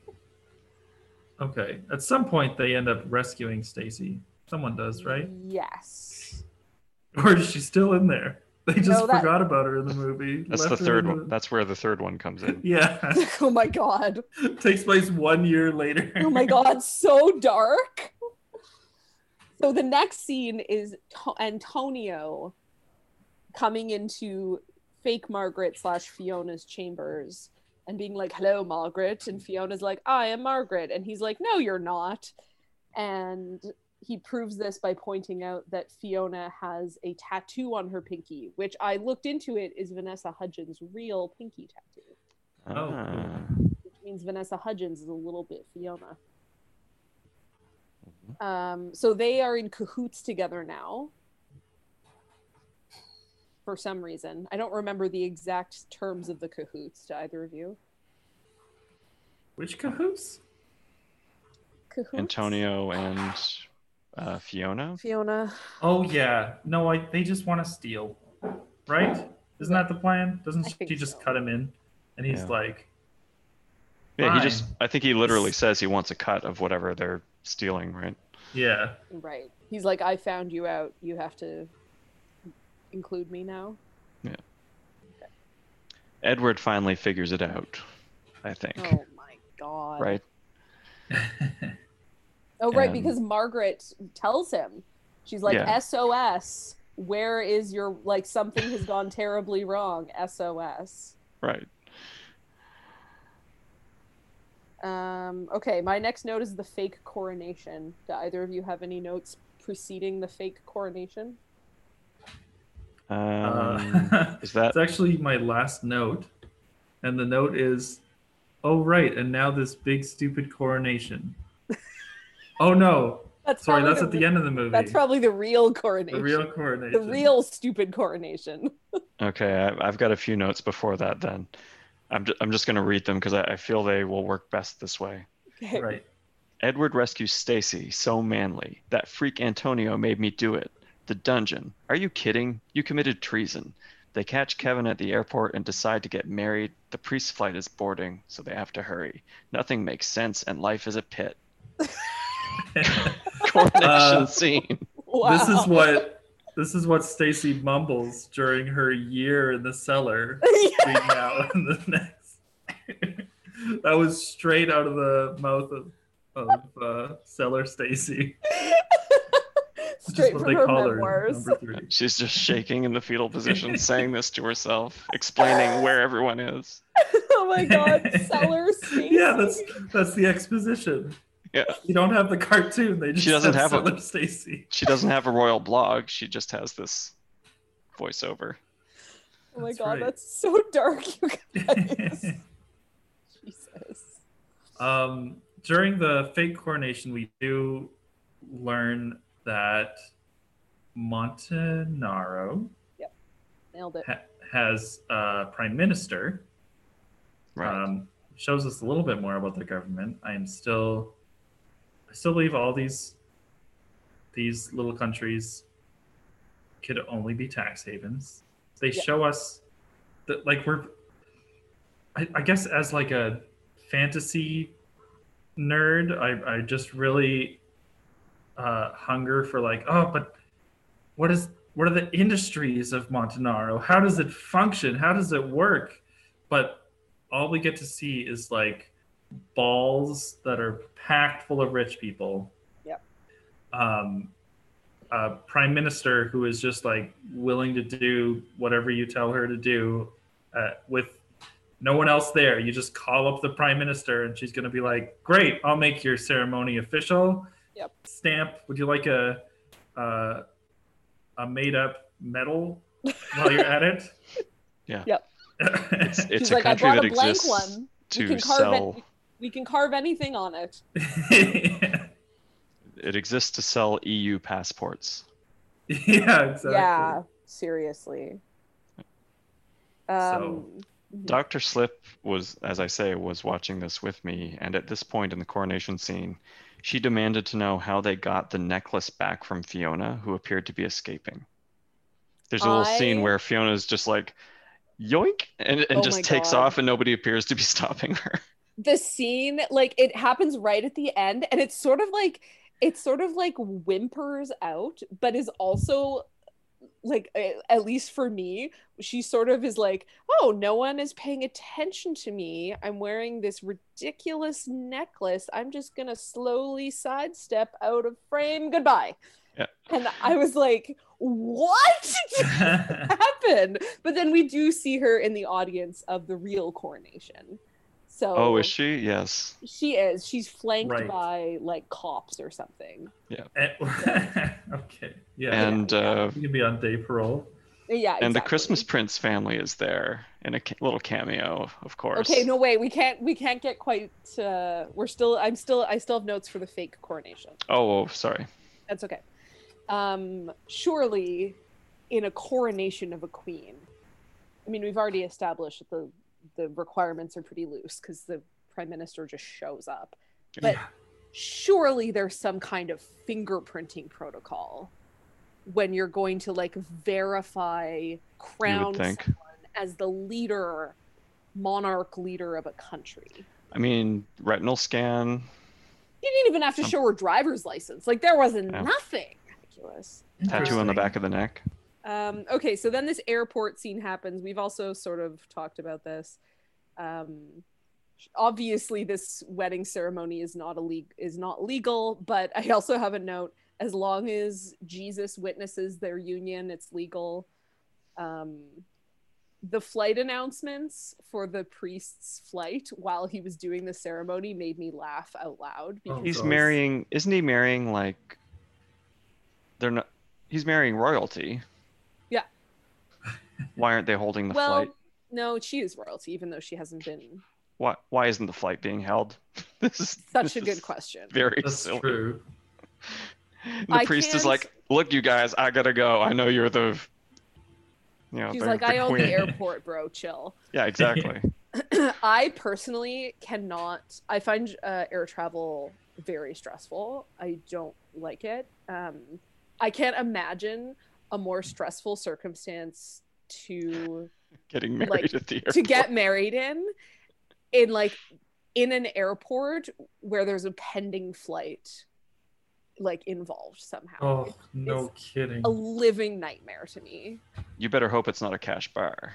okay. At some point, they end up rescuing Stacy. Someone does, right? Yes. Or is she still in there? They just No, that- forgot about her in the movie. That's left the her third in one. That's where the third one comes in. Yeah. oh my god. takes place one year later. Oh my god. So dark. So the next scene is to- Antonio coming into fake Margaret slash Fiona's chambers and being like, "Hello, Margaret," and Fiona's like, "I am Margaret," and he's like, "No, you're not," and he proves this by pointing out that Fiona has a tattoo on her pinky, which I looked into. It is Vanessa Hudgens' real pinky tattoo, Oh. Ah. which means Vanessa Hudgens is a little bit Fiona. Um, so they are in cahoots together now. For some reason, I don't remember the exact terms of the cahoots to either of you. Which cahoots? Cahoots? Antonio and uh, Fiona. Fiona. Oh yeah. No, I, they just want to steal, right? Isn't that the plan? I Doesn't think she just so. cut him in? And he's Yeah. like, Yeah, he just. Fine. I think he literally says he wants a cut of whatever they're stealing, right? yeah. Right. He's like, I found you out. You have to include me now. Edward finally figures it out. I think. Oh my god. Right. Oh, right. And- Because Margaret tells him, she's like, Yeah. SOS. Where is your, like, something has gone terribly wrong. SOS. Right. Um, okay, my next note is the fake coronation. Do either of you have any notes preceding the fake coronation? Um, Uh, is that That's actually my last note. And the note is, oh, right. And now this big, stupid coronation. oh, no. That's Sorry, probably that's at the end of the movie. That's probably the real coronation. the real coronation. the real stupid coronation. okay? I, I've got a few notes before that. Then, I'm ju- I'm just gonna read them because I, I feel they will work best this way. Okay. Right. Edward rescues Stacy, so manly. That freak Antonio made me do it. The dungeon. Are you kidding? You committed treason. They catch Kevin at the airport and decide to get married. The priest's flight is boarding, so they have to hurry. Nothing makes sense, and life is a pit. Coronation Uh, scene. Wow. This is what this is what Stacy mumbles during her year in the cellar between now and the next. that was straight out of the mouth of of uh, cellar Stacy. which is Straight what from they her call her, memoirs. number three. She's just shaking in the fetal position, saying this to herself, explaining where everyone is. oh my god, Seller Stacy. Yeah, that's that's the exposition. Yeah. You don't have the cartoon. They just She doesn't have, have a- Cellar Stacy. She doesn't have a royal blog. She just has this voiceover. oh my That's god, right. that's so dark, you guys. Jesus. Um, during the fake coronation, we do learn that Montanaro Nailed it. ha- has a prime minister. Right. Um, shows us a little bit more about the government. I am still, I still believe all these, these little countries, could only be tax havens. They Yeah. show us that, like we're, I, I guess as like a fantasy nerd, I, I just really uh, hunger for like, oh, but what is what are the industries of Montanaro? How does it function? How does it work? But all we get to see is like balls that are packed full of rich people. Yep. Um, a prime minister who is just like willing to do whatever you tell her to do uh, with no one else there. You just call up the prime minister and she's going to be like, great, I'll make your ceremony official. Yep. Stamp, would you like a, uh, a made up medal while you're at it? Yeah. Yep. It's, it's She's a like, I country brought that a blank exists one. You to can carve sell. it. We can carve anything on it. It exists to sell EU passports. yeah, exactly. Yeah, seriously. Um, Dr. Slip was, as I say, was watching this with me, and at this point in the coronation scene, she demanded to know how they got the necklace back from Fiona, who appeared to be escaping. There's a little scene I- where Fiona's just like, yoink, and, and Oh my just takes God. off, and nobody appears to be stopping her. the scene, like, it happens right at the end, and it's sort of like it sort of like whimpers out, but is also like a- at least for me she sort of is like oh no one is paying attention to me i'm wearing this ridiculous necklace i'm just gonna slowly sidestep out of frame goodbye Yeah. and i was like what happen. But then we do see her in the audience of the real coronation. So Oh, is she? Yes. she is. She's flanked Right. by like cops or something. And- okay. Yeah. And yeah. uh, you can be on day parole. Yeah. and the exactly. Christmas Prince family is there in a ca- little cameo, of course. Okay, no way. We can't we can't get quite uh we're still I'm still I still have notes for the fake coronation. Oh, oh, sorry. That's okay. Um surely in a coronation of a queen. I mean, we've already established that the the requirements are pretty loose cuz the prime minister just shows up. But surely there's some kind of fingerprinting protocol when you're going to like verify you crown would think. as the leader monarch leader of a country I mean, retinal scan. you didn't even have to Um, show her driver's license like there wasn't Yeah. nothing ridiculous tattoo on the back of the neck. um, okay so then this airport scene happens we've also sort of talked about this um, obviously this wedding ceremony is not a le- is not legal but i also have a note as long as jesus witnesses their union it's legal um, the flight announcements for the priest's flight while he was doing the ceremony made me laugh out loud because He's Goes. marrying, isn't he marrying like? They're not. He's marrying royalty. Yeah. Why aren't they holding the well flight? no she is royalty even though she hasn't been Why? Why isn't the flight being held? This is such this a good is question Very That's silly. true. And The I priest is can't- like, "Look, you guys, I gotta go. I know you're the." You know, She's the- like, I own queen." the airport, bro. Chill. Yeah, exactly. I personally cannot. I find uh, air travel very stressful. I don't like it. Um, I can't imagine a more stressful circumstance to Getting married Like, at the airport. to get married in, in like in an airport where there's a pending flight. like involved somehow. Oh, no kidding. a living nightmare to me. You better hope it's not a cash bar,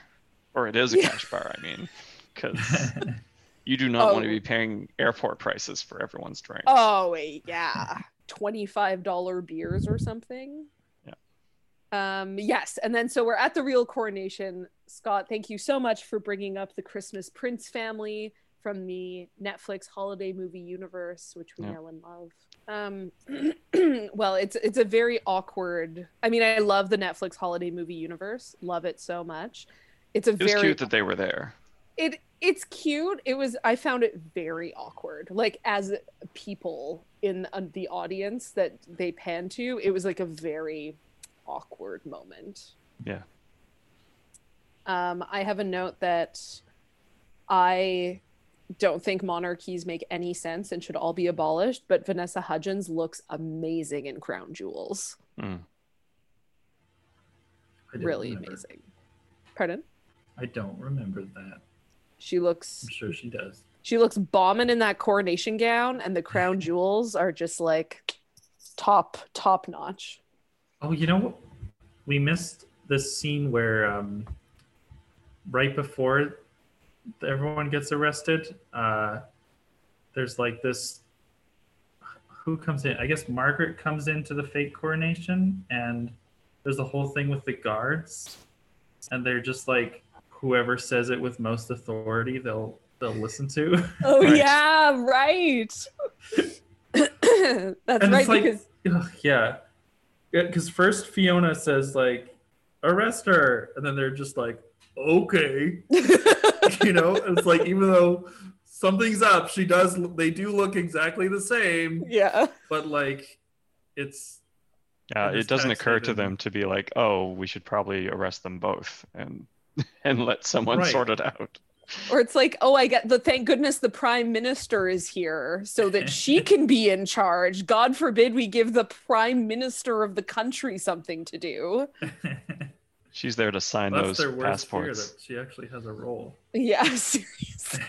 or it is a Yeah. cash bar. I mean, because you do not want to Oh. be paying airport prices for everyone's drink. Oh wait, yeah. $25 beers or something. Yeah. Um yes, and then so we're at the real coronation. Scott, thank you so much for bringing up the Christmas Prince family from the Netflix holiday movie universe, which we Yeah. know and love. Um well, it's it's a very awkward. I mean, I love the Netflix holiday movie universe. Love it so much. It's a it was very cute that they were there. it it's cute it was i found it very awkward like as people in uh, the audience that they pan to it was like a very awkward moment Yeah. um i have a note that i don't think monarchies make any sense and should all be abolished but vanessa hudgens looks amazing in crown jewels Mm. I don't really remember. amazing pardon I don't remember that. she looks I'm sure she does. She looks bombing in that coronation gown, and the crown jewels are just like top top notch. Oh, you know, what? we missed this scene where um, right before everyone gets arrested, uh, there's like this. Who comes in? I guess Margaret comes into the fake coronation, and there's the whole thing with the guards, and they're just like, whoever says it with most authority, they'll they'll listen to. Oh Right. yeah, right. That's And right it's like- because Ugh, yeah. Because first Fiona says, like, arrest her. And then they're just like, okay. you know, it's like, even though something's up, she does, they do look exactly the same, yeah, but like, it's, Yeah, And it it's doesn't occur to taxated. them to be like, oh, we should probably arrest them both and and let someone Right. sort it out. or it's like oh I got the thank goodness the prime minister is here so that she can be in charge. God forbid we give the prime minister of the country something to do. She's there to sign that's their those worst fear passports. that she actually has a role. Yeah, seriously.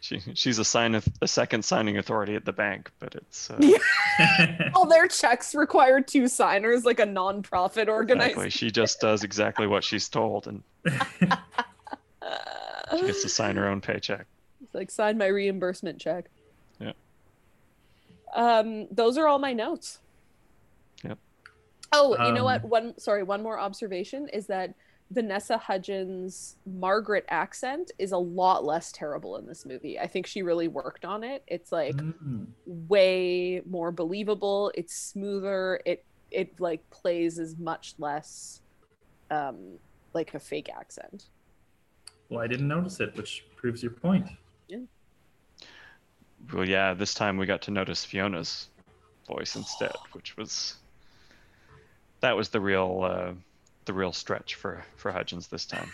She, she's a sign of a second signing authority at the bank, but it's uh, Yeah, All their checks require two signers, like a nonprofit exactly. organization. She just does exactly what she's told, and Uh, she gets to sign her own paycheck. It's like sign my reimbursement check. Yeah. Um, those are all my notes. Yep. Oh, you know what? Um, One sorry, one more observation is that Vanessa Hudgens' Margaret accent is a lot less terrible in this movie. I think she really worked on it. It's like Mm. way more believable. It's smoother. It it like plays as much less um like a fake accent. Well, I didn't notice it, which proves your point. Well, yeah, this time we got to notice Fiona's voice instead, which was that was the real uh, the real stretch for for Hudgens this time.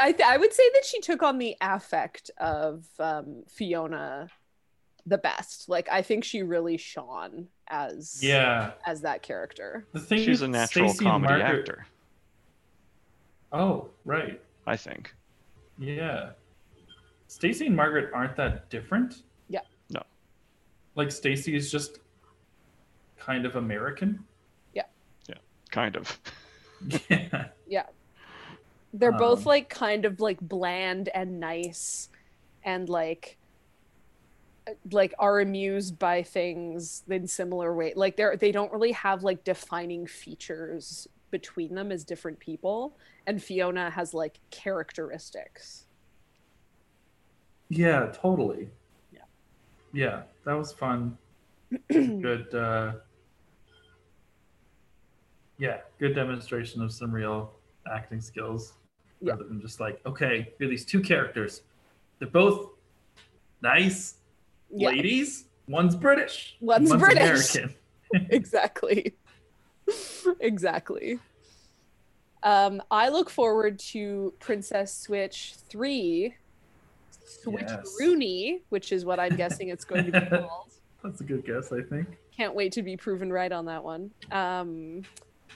I, th- I would say that she took on the affect of um, Fiona the best. Like I think she really shone as Yeah. as that character. The thing she's a with natural Stacey and comedy Margaret- actor, Oh, right. I think. Yeah. Stacy and Margaret aren't that different. Yeah. No. Like Stacy is just kind of American. Kind of. Yeah. They're both Um. like kind of like bland and nice, and like uh, like are amused by things in similar way. Like they're they don't really have like defining features between them as different people. And Fiona has like characteristics. Yeah, totally. Yeah. Yeah, that was fun. good uh Yeah, good demonstration of some real acting skills. Yeah. Rather than just like, okay, here are these two characters. They're both nice Yeah, ladies. One's British. One's British. American. exactly. exactly. Um, I look forward to Princess Switch 3 Switch Yes. Rooney, which is what I'm guessing it's going to be called. That's a good guess, I think. Can't wait to be proven right on that one. Um,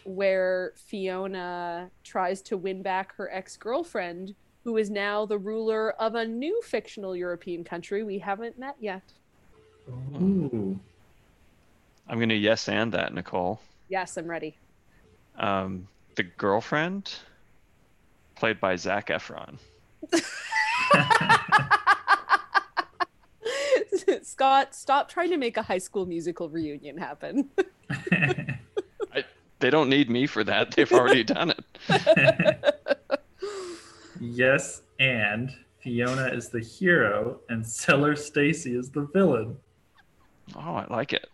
where Fiona tries to win back her ex girlfriend, who is now the ruler of a new Oh. fictional European country we haven't met yet. Ooh. I'm gonna yes and that, Nicole. Yes, I'm ready. Um, the girlfriend, played by Zach Efron. Scott, stop trying to make a high school musical reunion happen. They don't need me for that. They've already done it. yes, and Fiona is the hero and Seller Stacy is the villain. Oh, I like it.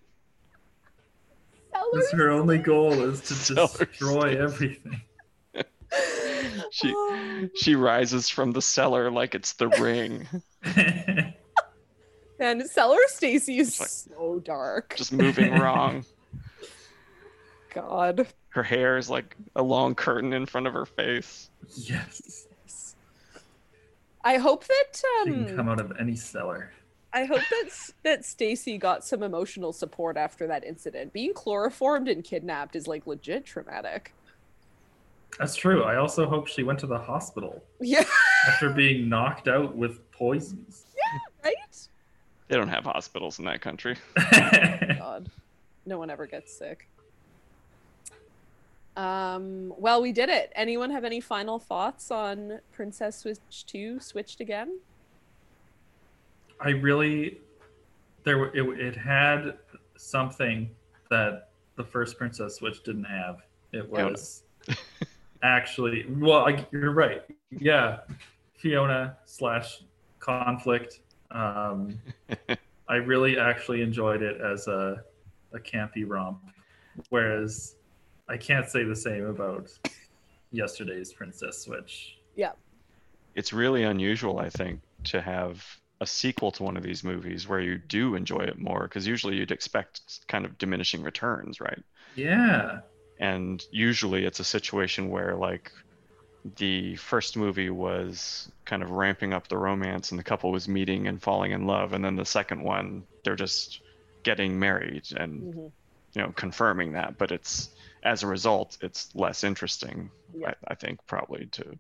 Because her only goal is to Seller destroy Stacy. everything. She Oh, she rises from the cellar like it's the ring. and Seller Stacy is It's like- so dark. Just moving wrong. God. Her hair is like a long curtain in front of her face. yes. I hope that She can um, come out of any cellar. I hope that s- that Stacy got some emotional support after that incident. Being chloroformed and kidnapped is like legit traumatic. That's true. I also hope she went to the hospital Yeah, after being knocked out with poisons. right? They don't have hospitals in that country. God, no one ever gets sick. Um, well, we did it. Anyone have any final thoughts on Princess Switch 2 switched again? I really there were it, it had something that the first Princess Switch didn't have. It Fiona. was actually well, I, you're right. Yeah, Fiona slash conflict. Um, I really actually enjoyed it as a a campy romp, whereas I can't say the same about yesterday's Princess Switch. It's really unusual, I think, to have a sequel to one of these movies where you do enjoy it more because usually you'd expect kind of diminishing returns, right? Yeah. and usually it's a situation where like the first movie was kind of ramping up the romance and the couple was meeting and falling in love and then the second one they're just getting married and Mm-hmm. you know confirming that but it's as a result it's less interesting Yeah. I, I think probably to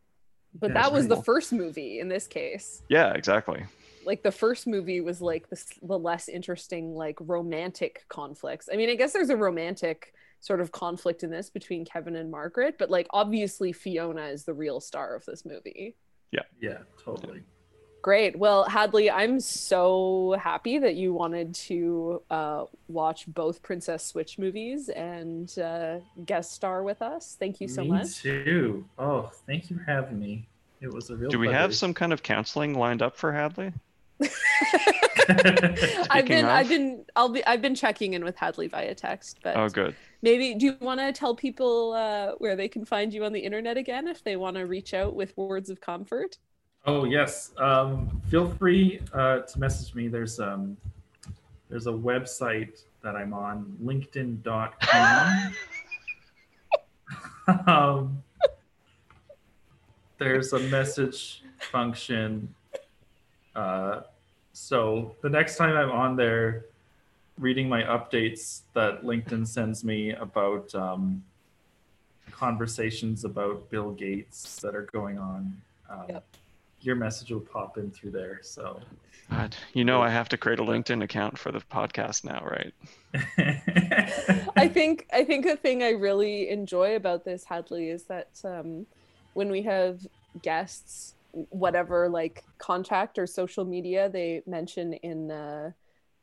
But Yeah, that was it's the reasonable. first movie in this case. yeah exactly Like the first movie was like the, s- the less interesting, like romantic conflicts. I mean, I guess there's a romantic sort of conflict in this between Kevin and Margaret, but like obviously Fiona is the real star of this movie. Yeah, totally. Great. Well, Hadley, I'm so happy that you wanted to uh, watch both Princess Switch movies and uh, guest star with us. Thank you so me much. too. Oh, thank you for having me. It was a real. do we have pleasure. some kind of counseling lined up for hadley I've been, Speaking I've of- been, I'll be, I've been checking in with Hadley via text, but oh good maybe do you want to tell people uh, where they can find you on the internet again if they want to reach out with words of comfort? oh yes. Um, feel free uh, to message me. There's um, there's a website that I'm on, LinkedIn.com. um, there's a message function. Uh, so the next time I'm on there, reading my updates that LinkedIn sends me about um, conversations about Bill Gates that are going on, um, Yep. your message will pop in through there. So God, you know i have to create a linkedin account for the podcast now right I think I think the thing I really enjoy about this Hadley is that um, when we have guests, whatever like contact or social media they mention in uh,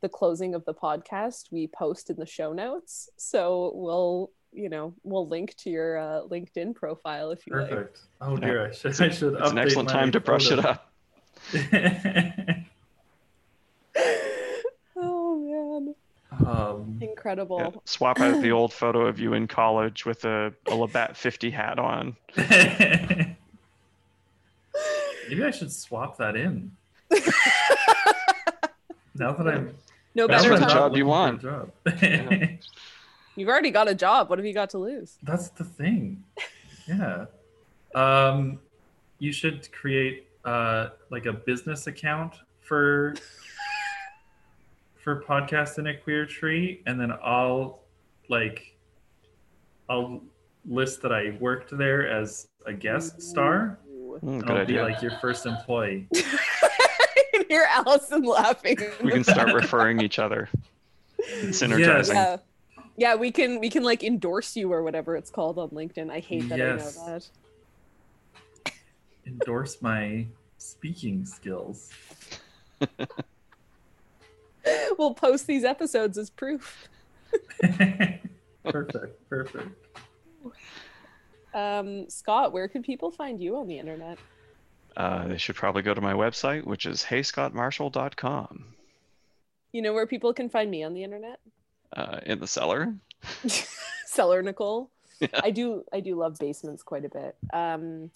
the closing of the podcast, we post in the show notes. So we'll you know we'll link to your uh, LinkedIn profile if you like. perfect. Oh dear, I should. I should. it's an excellent time to brush it up up. Oh man, um, incredible! Yeah, swap out the old photo of you in college with a, a Labatt 50 hat on. Maybe I should swap that in. now that I'm No That's better what time. job looking you for a want. job. Yeah. You've already got a job. What have you got to lose? That's the thing. Yeah. Um, you should create uh, like a business account for for podcast in a queer tree, and then I'll like I'll list that I worked there as a guest star. Mm, And good I'll be idea. like your first employee. I can hear Allison laughing. in We the can start referring each other. Synergizing. Yeah. Yeah, we can we can like endorse you or whatever it's called on LinkedIn. I hate that Yes. I know that. Endorse my speaking skills. We'll post these episodes as proof. perfect, perfect. Um, Scott, where can people find you on the internet? Uh, they should probably go to my website, which is heyscottmarshall.com. You know where people can find me on the internet? Uh, in the cellar. Cellar Nicole. I do I do love basements quite a bit. Um,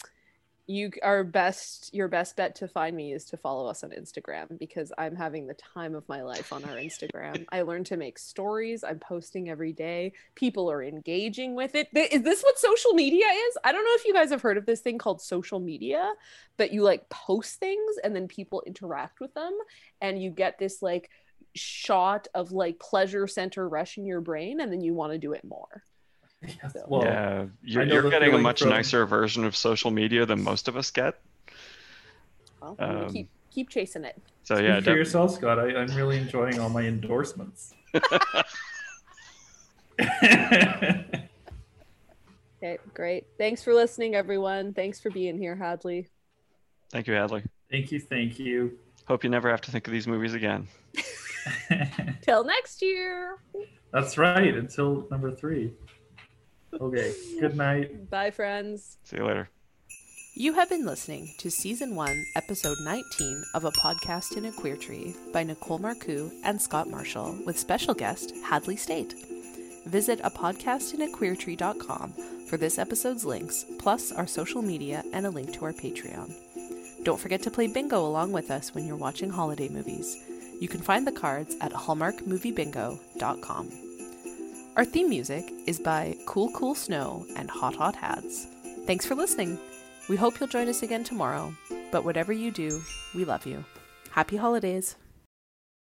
you are best your best bet to find me is to follow us on Instagram because I'm having the time of my life on our Instagram. I learned to make stories. I'm posting every day. People are engaging with it. Th- Is this what social media is? I don't know if you guys have heard of this thing called social media, but you like post things and then people interact with them and you get this like shot of like pleasure center rush in your brain and then you want to do it more. Yes, So- well, yeah, you're, I know you're the getting a feeling much from- nicer version of social media than most of us get. Well, I'm gonna Um, keep keep chasing it. So speak yeah, for def- yourself, Scott. I, I'm really enjoying all my endorsements. Okay, great. Thanks for listening, everyone. Thanks for being here, Hadley. thank you, Hadley. thank you, thank you. Hope you never have to think of these movies again. Till next year. That's right. Until number three. Okay. Good night. Bye, friends. See you later. You have been listening to Season 1, Episode 19 of A Podcast in a Queer Tree by Nicole Marcoux and Scott Marshall with special guest Hadley State. Visit apodcastinaqueertree.com for this episode's links, plus our social media and a link to our Patreon. Don't forget to play bingo along with us when you're watching holiday movies. You can find the cards at hallmarkmoviebingo.com. Our theme music is by Cool Cool Snow and Hot Hot Hads. Thanks for listening. We hope you'll join us again tomorrow, but whatever you do, we love you. Happy holidays!